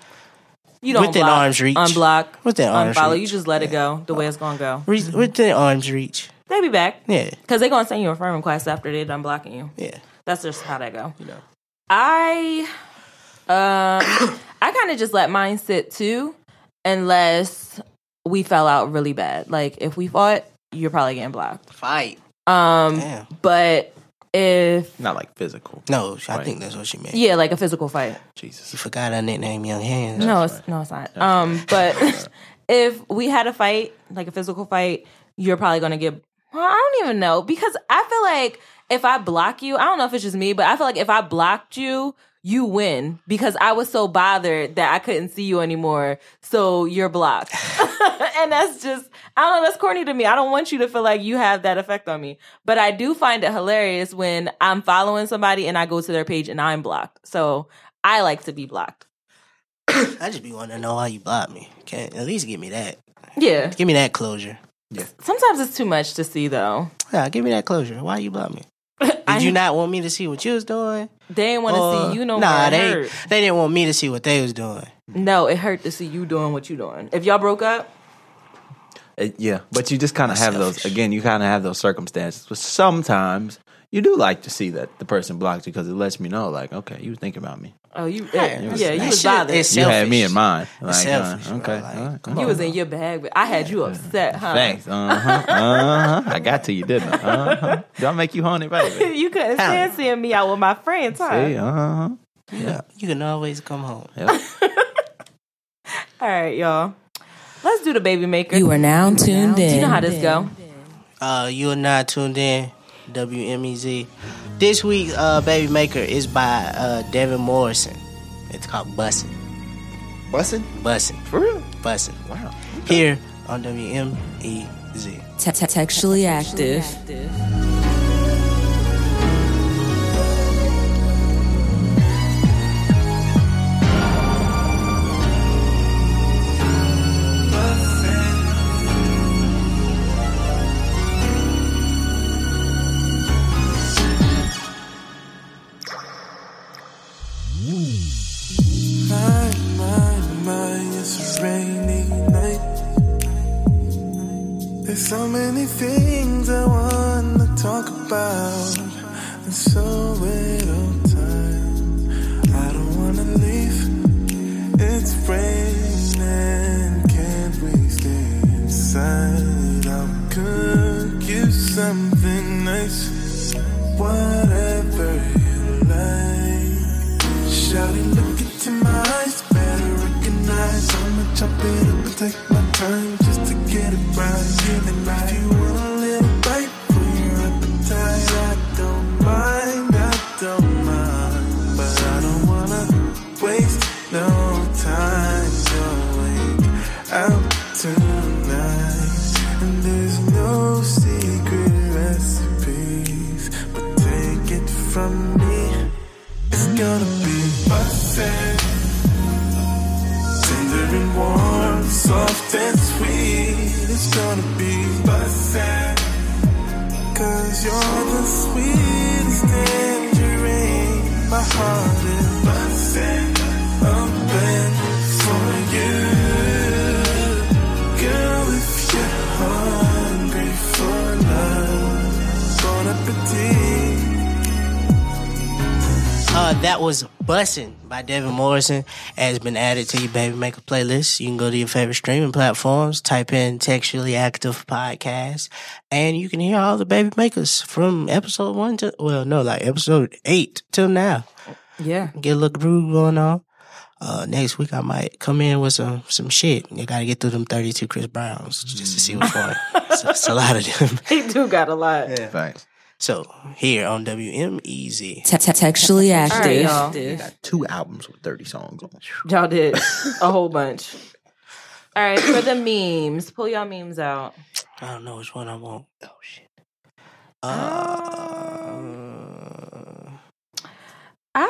C: You don't
B: Within
C: block,
B: arm's reach.
C: Unblock.
B: Within arm's
C: unfollow.
B: reach.
C: You just let it go the way it's gonna go.
B: Re- within arm's reach.
C: They be back
B: Yeah,
C: because they gonna send you a friend request after they done blocking you.
B: yeah.
C: That's just how that go. You
B: know.
C: I um I kind of just let mine sit too, unless we fell out really bad. Like if we fought, you're probably getting blocked.
B: Fight.
C: Um,
B: Damn.
C: but if
D: Not like physical.
B: No, I
D: Right.
B: think that's what she meant.
C: yeah, like a physical fight.
D: Jesus.
B: You forgot her nickname, Young Hands.
C: No, it's no, it's not. Um, but if we had a fight, like a physical fight, you're probably gonna get. Well, I don't even know because I feel like if I block you, I don't know if it's just me, but I feel like if I blocked you, you win because I was so bothered that I couldn't see you anymore, so you're blocked. and that's just I don't know. That's corny to me. I don't want you to feel like you have that effect on me. But I do find it hilarious when I'm following somebody and I go to their page and I'm blocked. So I like to be blocked.
B: I just be wanting to know why you blocked me. Okay, at least give me that.
C: Yeah.
B: Give me that closure.
C: Sometimes it's too much to see though.
B: Yeah, give me that closure. Why you blocked me? Did you not want me to see what you was doing?
C: They didn't want to
B: Or-
C: see you no more.
B: Uh, Nah,
C: It
B: they
C: hurt.
B: they didn't want me to see what they was doing.
C: No, it hurt to see you doing what you doing. If y'all broke up,
D: Uh, yeah, but you just kind of have those.
B: Selfish.
D: Again, you kind of have those circumstances. But sometimes you do like to see that the person blocked you because it lets me know, like, okay, you was thinking about me.
C: oh you,
B: Yeah,
C: yeah,
D: was-
C: you
B: that
C: was
B: shit
C: bothered.
B: is-
D: You had me
B: Selfish.
D: in mind. Like,
B: It's selfish,
D: uh,
B: bro.
D: okay,
B: Like,
D: all right,
B: come
D: all
C: you
D: right.
C: was in your bag, but I had you upset, huh?
D: Thanks. Uh huh. Uh huh. I got to you, didn't I? Uh huh. Did I make you horny, baby?
C: you couldn't stand seeing me out with my friends, huh?
D: Hey, uh huh.
B: Yeah, you can always come home.
D: Yep.
C: All right, y'all. Let's do the baby maker.
F: You are now tuned in.
C: do you know how this go?
B: Uh, you are not tuned in. WMEZ. This week's uh, Baby Maker is by uh, Devin Morrison. It's called Bussin'.
D: Bussin'?
B: Bussin'.
D: For real?
B: Bussin'.
D: Wow.
B: Here on E WMEZ.
F: Te- te- textually active.
G: My, my, my, it's a rainy night. There's so many things I want to talk about, and so little time. I don't want to leave. It's raining, can't we stay inside? I'll cook you something nice, whatever you like. Shouty, look into my eyes, better recognize I'ma chop it up and take my time just to get it right. And if you want a little bite for your appetite, I don't mind, I don't mind, but I don't wanna waste no time. You're awake out tonight, and there's no secret recipes, but take it from me. It's gonna be bustin', tender and warm, soft and sweet. It's gonna be bustin', cause you're the sweetest tangerine. My heart is bustin', open for you. Girl, if you're hungry for love, bon appetit.
B: Uh, that was Bussin' by Devin Morrison. Has been added to your Baby Maker playlist. You can go to your favorite streaming platforms, type in Textually Active Podcast, and you can hear all the Baby Makers from episode one to, well, no, like episode eight till now.
C: Yeah.
B: Get a little groove going on. Uh, next week I might come in with some some shit. You gotta get through them thirty two Chris Browns just to see what's going. on. It's, it's a lot of them.
C: They do got a lot.
D: Thanks.
B: So here on E WMEZ,
F: Te- te- textually
C: All right,
F: active.
C: y'all.
D: Two albums with 30 songs on.
C: Y'all did a whole bunch. All right, for the memes, pull y'all memes out.
B: I don't know which one I want. Oh shit. Uh,
C: I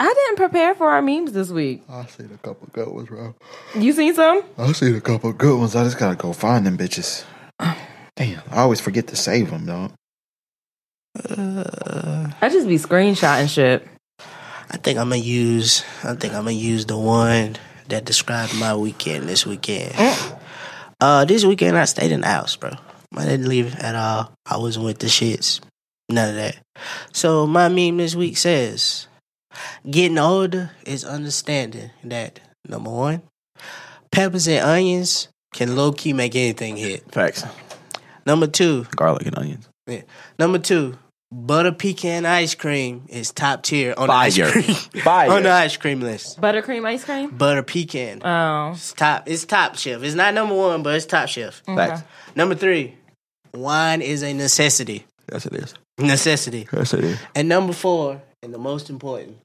C: I didn't prepare for our memes this week.
H: I seen a couple good ones, bro.
C: You seen some?
H: I seen a couple good ones. I just gotta go find them bitches. Damn,
D: I always forget to save them, dog.
C: I just be screenshotting shit.
B: I think I'm gonna use. I think I'm gonna use the one that described my weekend this weekend. Uh, this weekend I stayed in the house, bro. I didn't leave at all. I wasn't with the shits. None of that. So my meme this week says, "Getting older is understanding that number one, peppers and onions can low key make anything hit.
D: Facts.
B: Number two,
D: Garlic and onions.
B: yeah, number two, butter pecan ice cream is top tier on the
D: Fire.
B: ice cream
D: Fire.
B: on the ice cream list.
C: Buttercream ice cream?
B: Butter pecan.
C: Oh.
B: It's top. It's top shelf. It's not number one, but it's top shelf.
D: Facts.
B: Number three, wine is a necessity.
D: Yes, it is.
B: Necessity.
D: Yes, it is.
B: And number four, and the most important,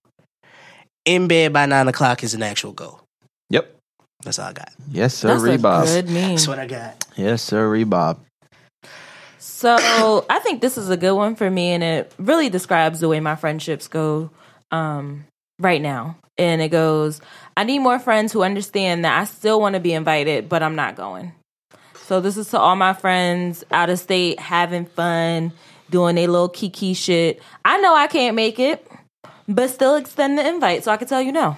B: in bed by nine o'clock is an actual goal.
D: Yep.
B: That's all I
C: Hmm.
B: got.
D: Yes, sir.
C: That's a
D: Bob.
C: good meme.
B: That's what I got.
D: Yes, sir. Bob.
C: So I think this is a good one for me, and it really describes the way my friendships go um, right now. And it goes, I need more friends who understand that I still want to be invited, but I'm not going. So this is to all my friends out of state having fun, doing their little kiki shit. I know I can't make it, but still extend the invite so I can tell you no.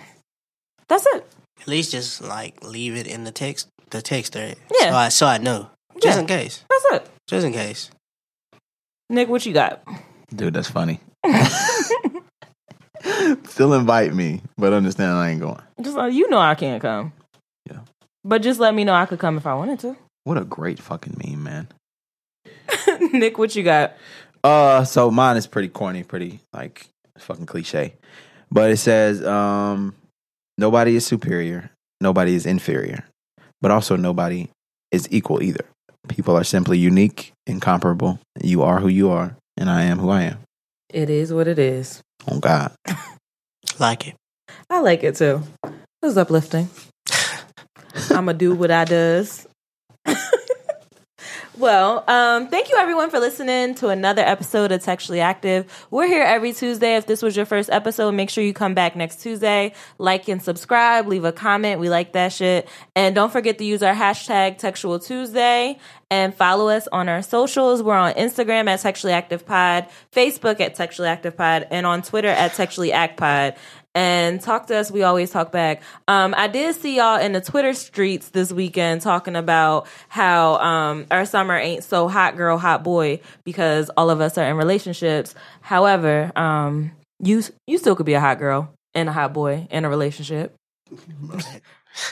C: That's it.
B: At least just like leave it in the text. The text thread.
C: Yeah.
B: So I, so I know. Just
C: Yeah.
B: in case.
C: That's it.
B: Just in case.
C: Nick, what you got?
D: Dude, that's funny. Still invite me, but understand I ain't going.
C: Just like you know, I can't come.
D: Yeah.
C: But just let me know I could come if I wanted to.
D: What a great fucking meme, man.
C: Nick, what you got?
D: Uh, so mine is pretty corny, pretty like fucking cliche, but it says, um, nobody is superior, nobody is inferior, but also nobody is equal either. People are simply unique, incomparable. You are who you are, and I am who I am.
C: It is what it is.
D: Oh God,
B: Like it.
C: I like it too. It was uplifting. I'ma do what I does. well, um, thank you everyone for listening to another episode of Textually Active. We're here every Tuesday. If this was your first episode, make sure you come back next Tuesday. Like and subscribe, leave a comment. We like that shit. And don't forget to use our hashtag Textual Tuesday and follow us on our socials. We're on Instagram at Textually Active Pod, Facebook at Textually Active Pod, and on Twitter at Textually Act Pod. And talk to us. We always talk back. Um, I did see y'all in the Twitter streets this weekend talking about how um, our summer ain't so hot girl, hot boy because all of us are in relationships. However, um, you you still could be a hot girl and a hot boy in a relationship.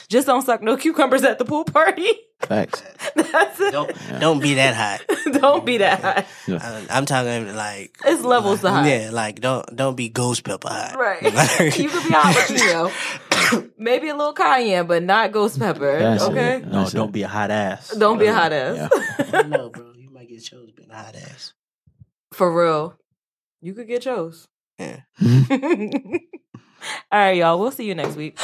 C: Just don't suck no cucumbers at the pool party.
D: thanks.
C: That's it.
B: Don't don't be that hot.
C: Don't be that hot.
B: Uh, I'm talking like
C: It's levels to hot.
B: Yeah, like don't don't be ghost pepper hot.
C: Right. you could be hot with you know. Maybe a little cayenne, but not ghost pepper.
D: That's it.
C: okay.
E: No,
D: That's
E: don't
D: it.
E: be a hot ass.
C: Don't be a hot ass.
B: I don't know, bro. You might get chose being a hot ass.
C: For real. You could get chose.
B: Yeah.
C: All right, y'all. We'll see you next week.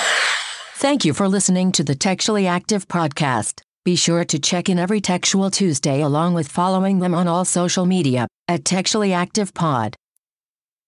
A: Thank you for listening to the Textually Active podcast. Be sure to check in every Textual Tuesday along with following them on all social media at Textually Active Pod.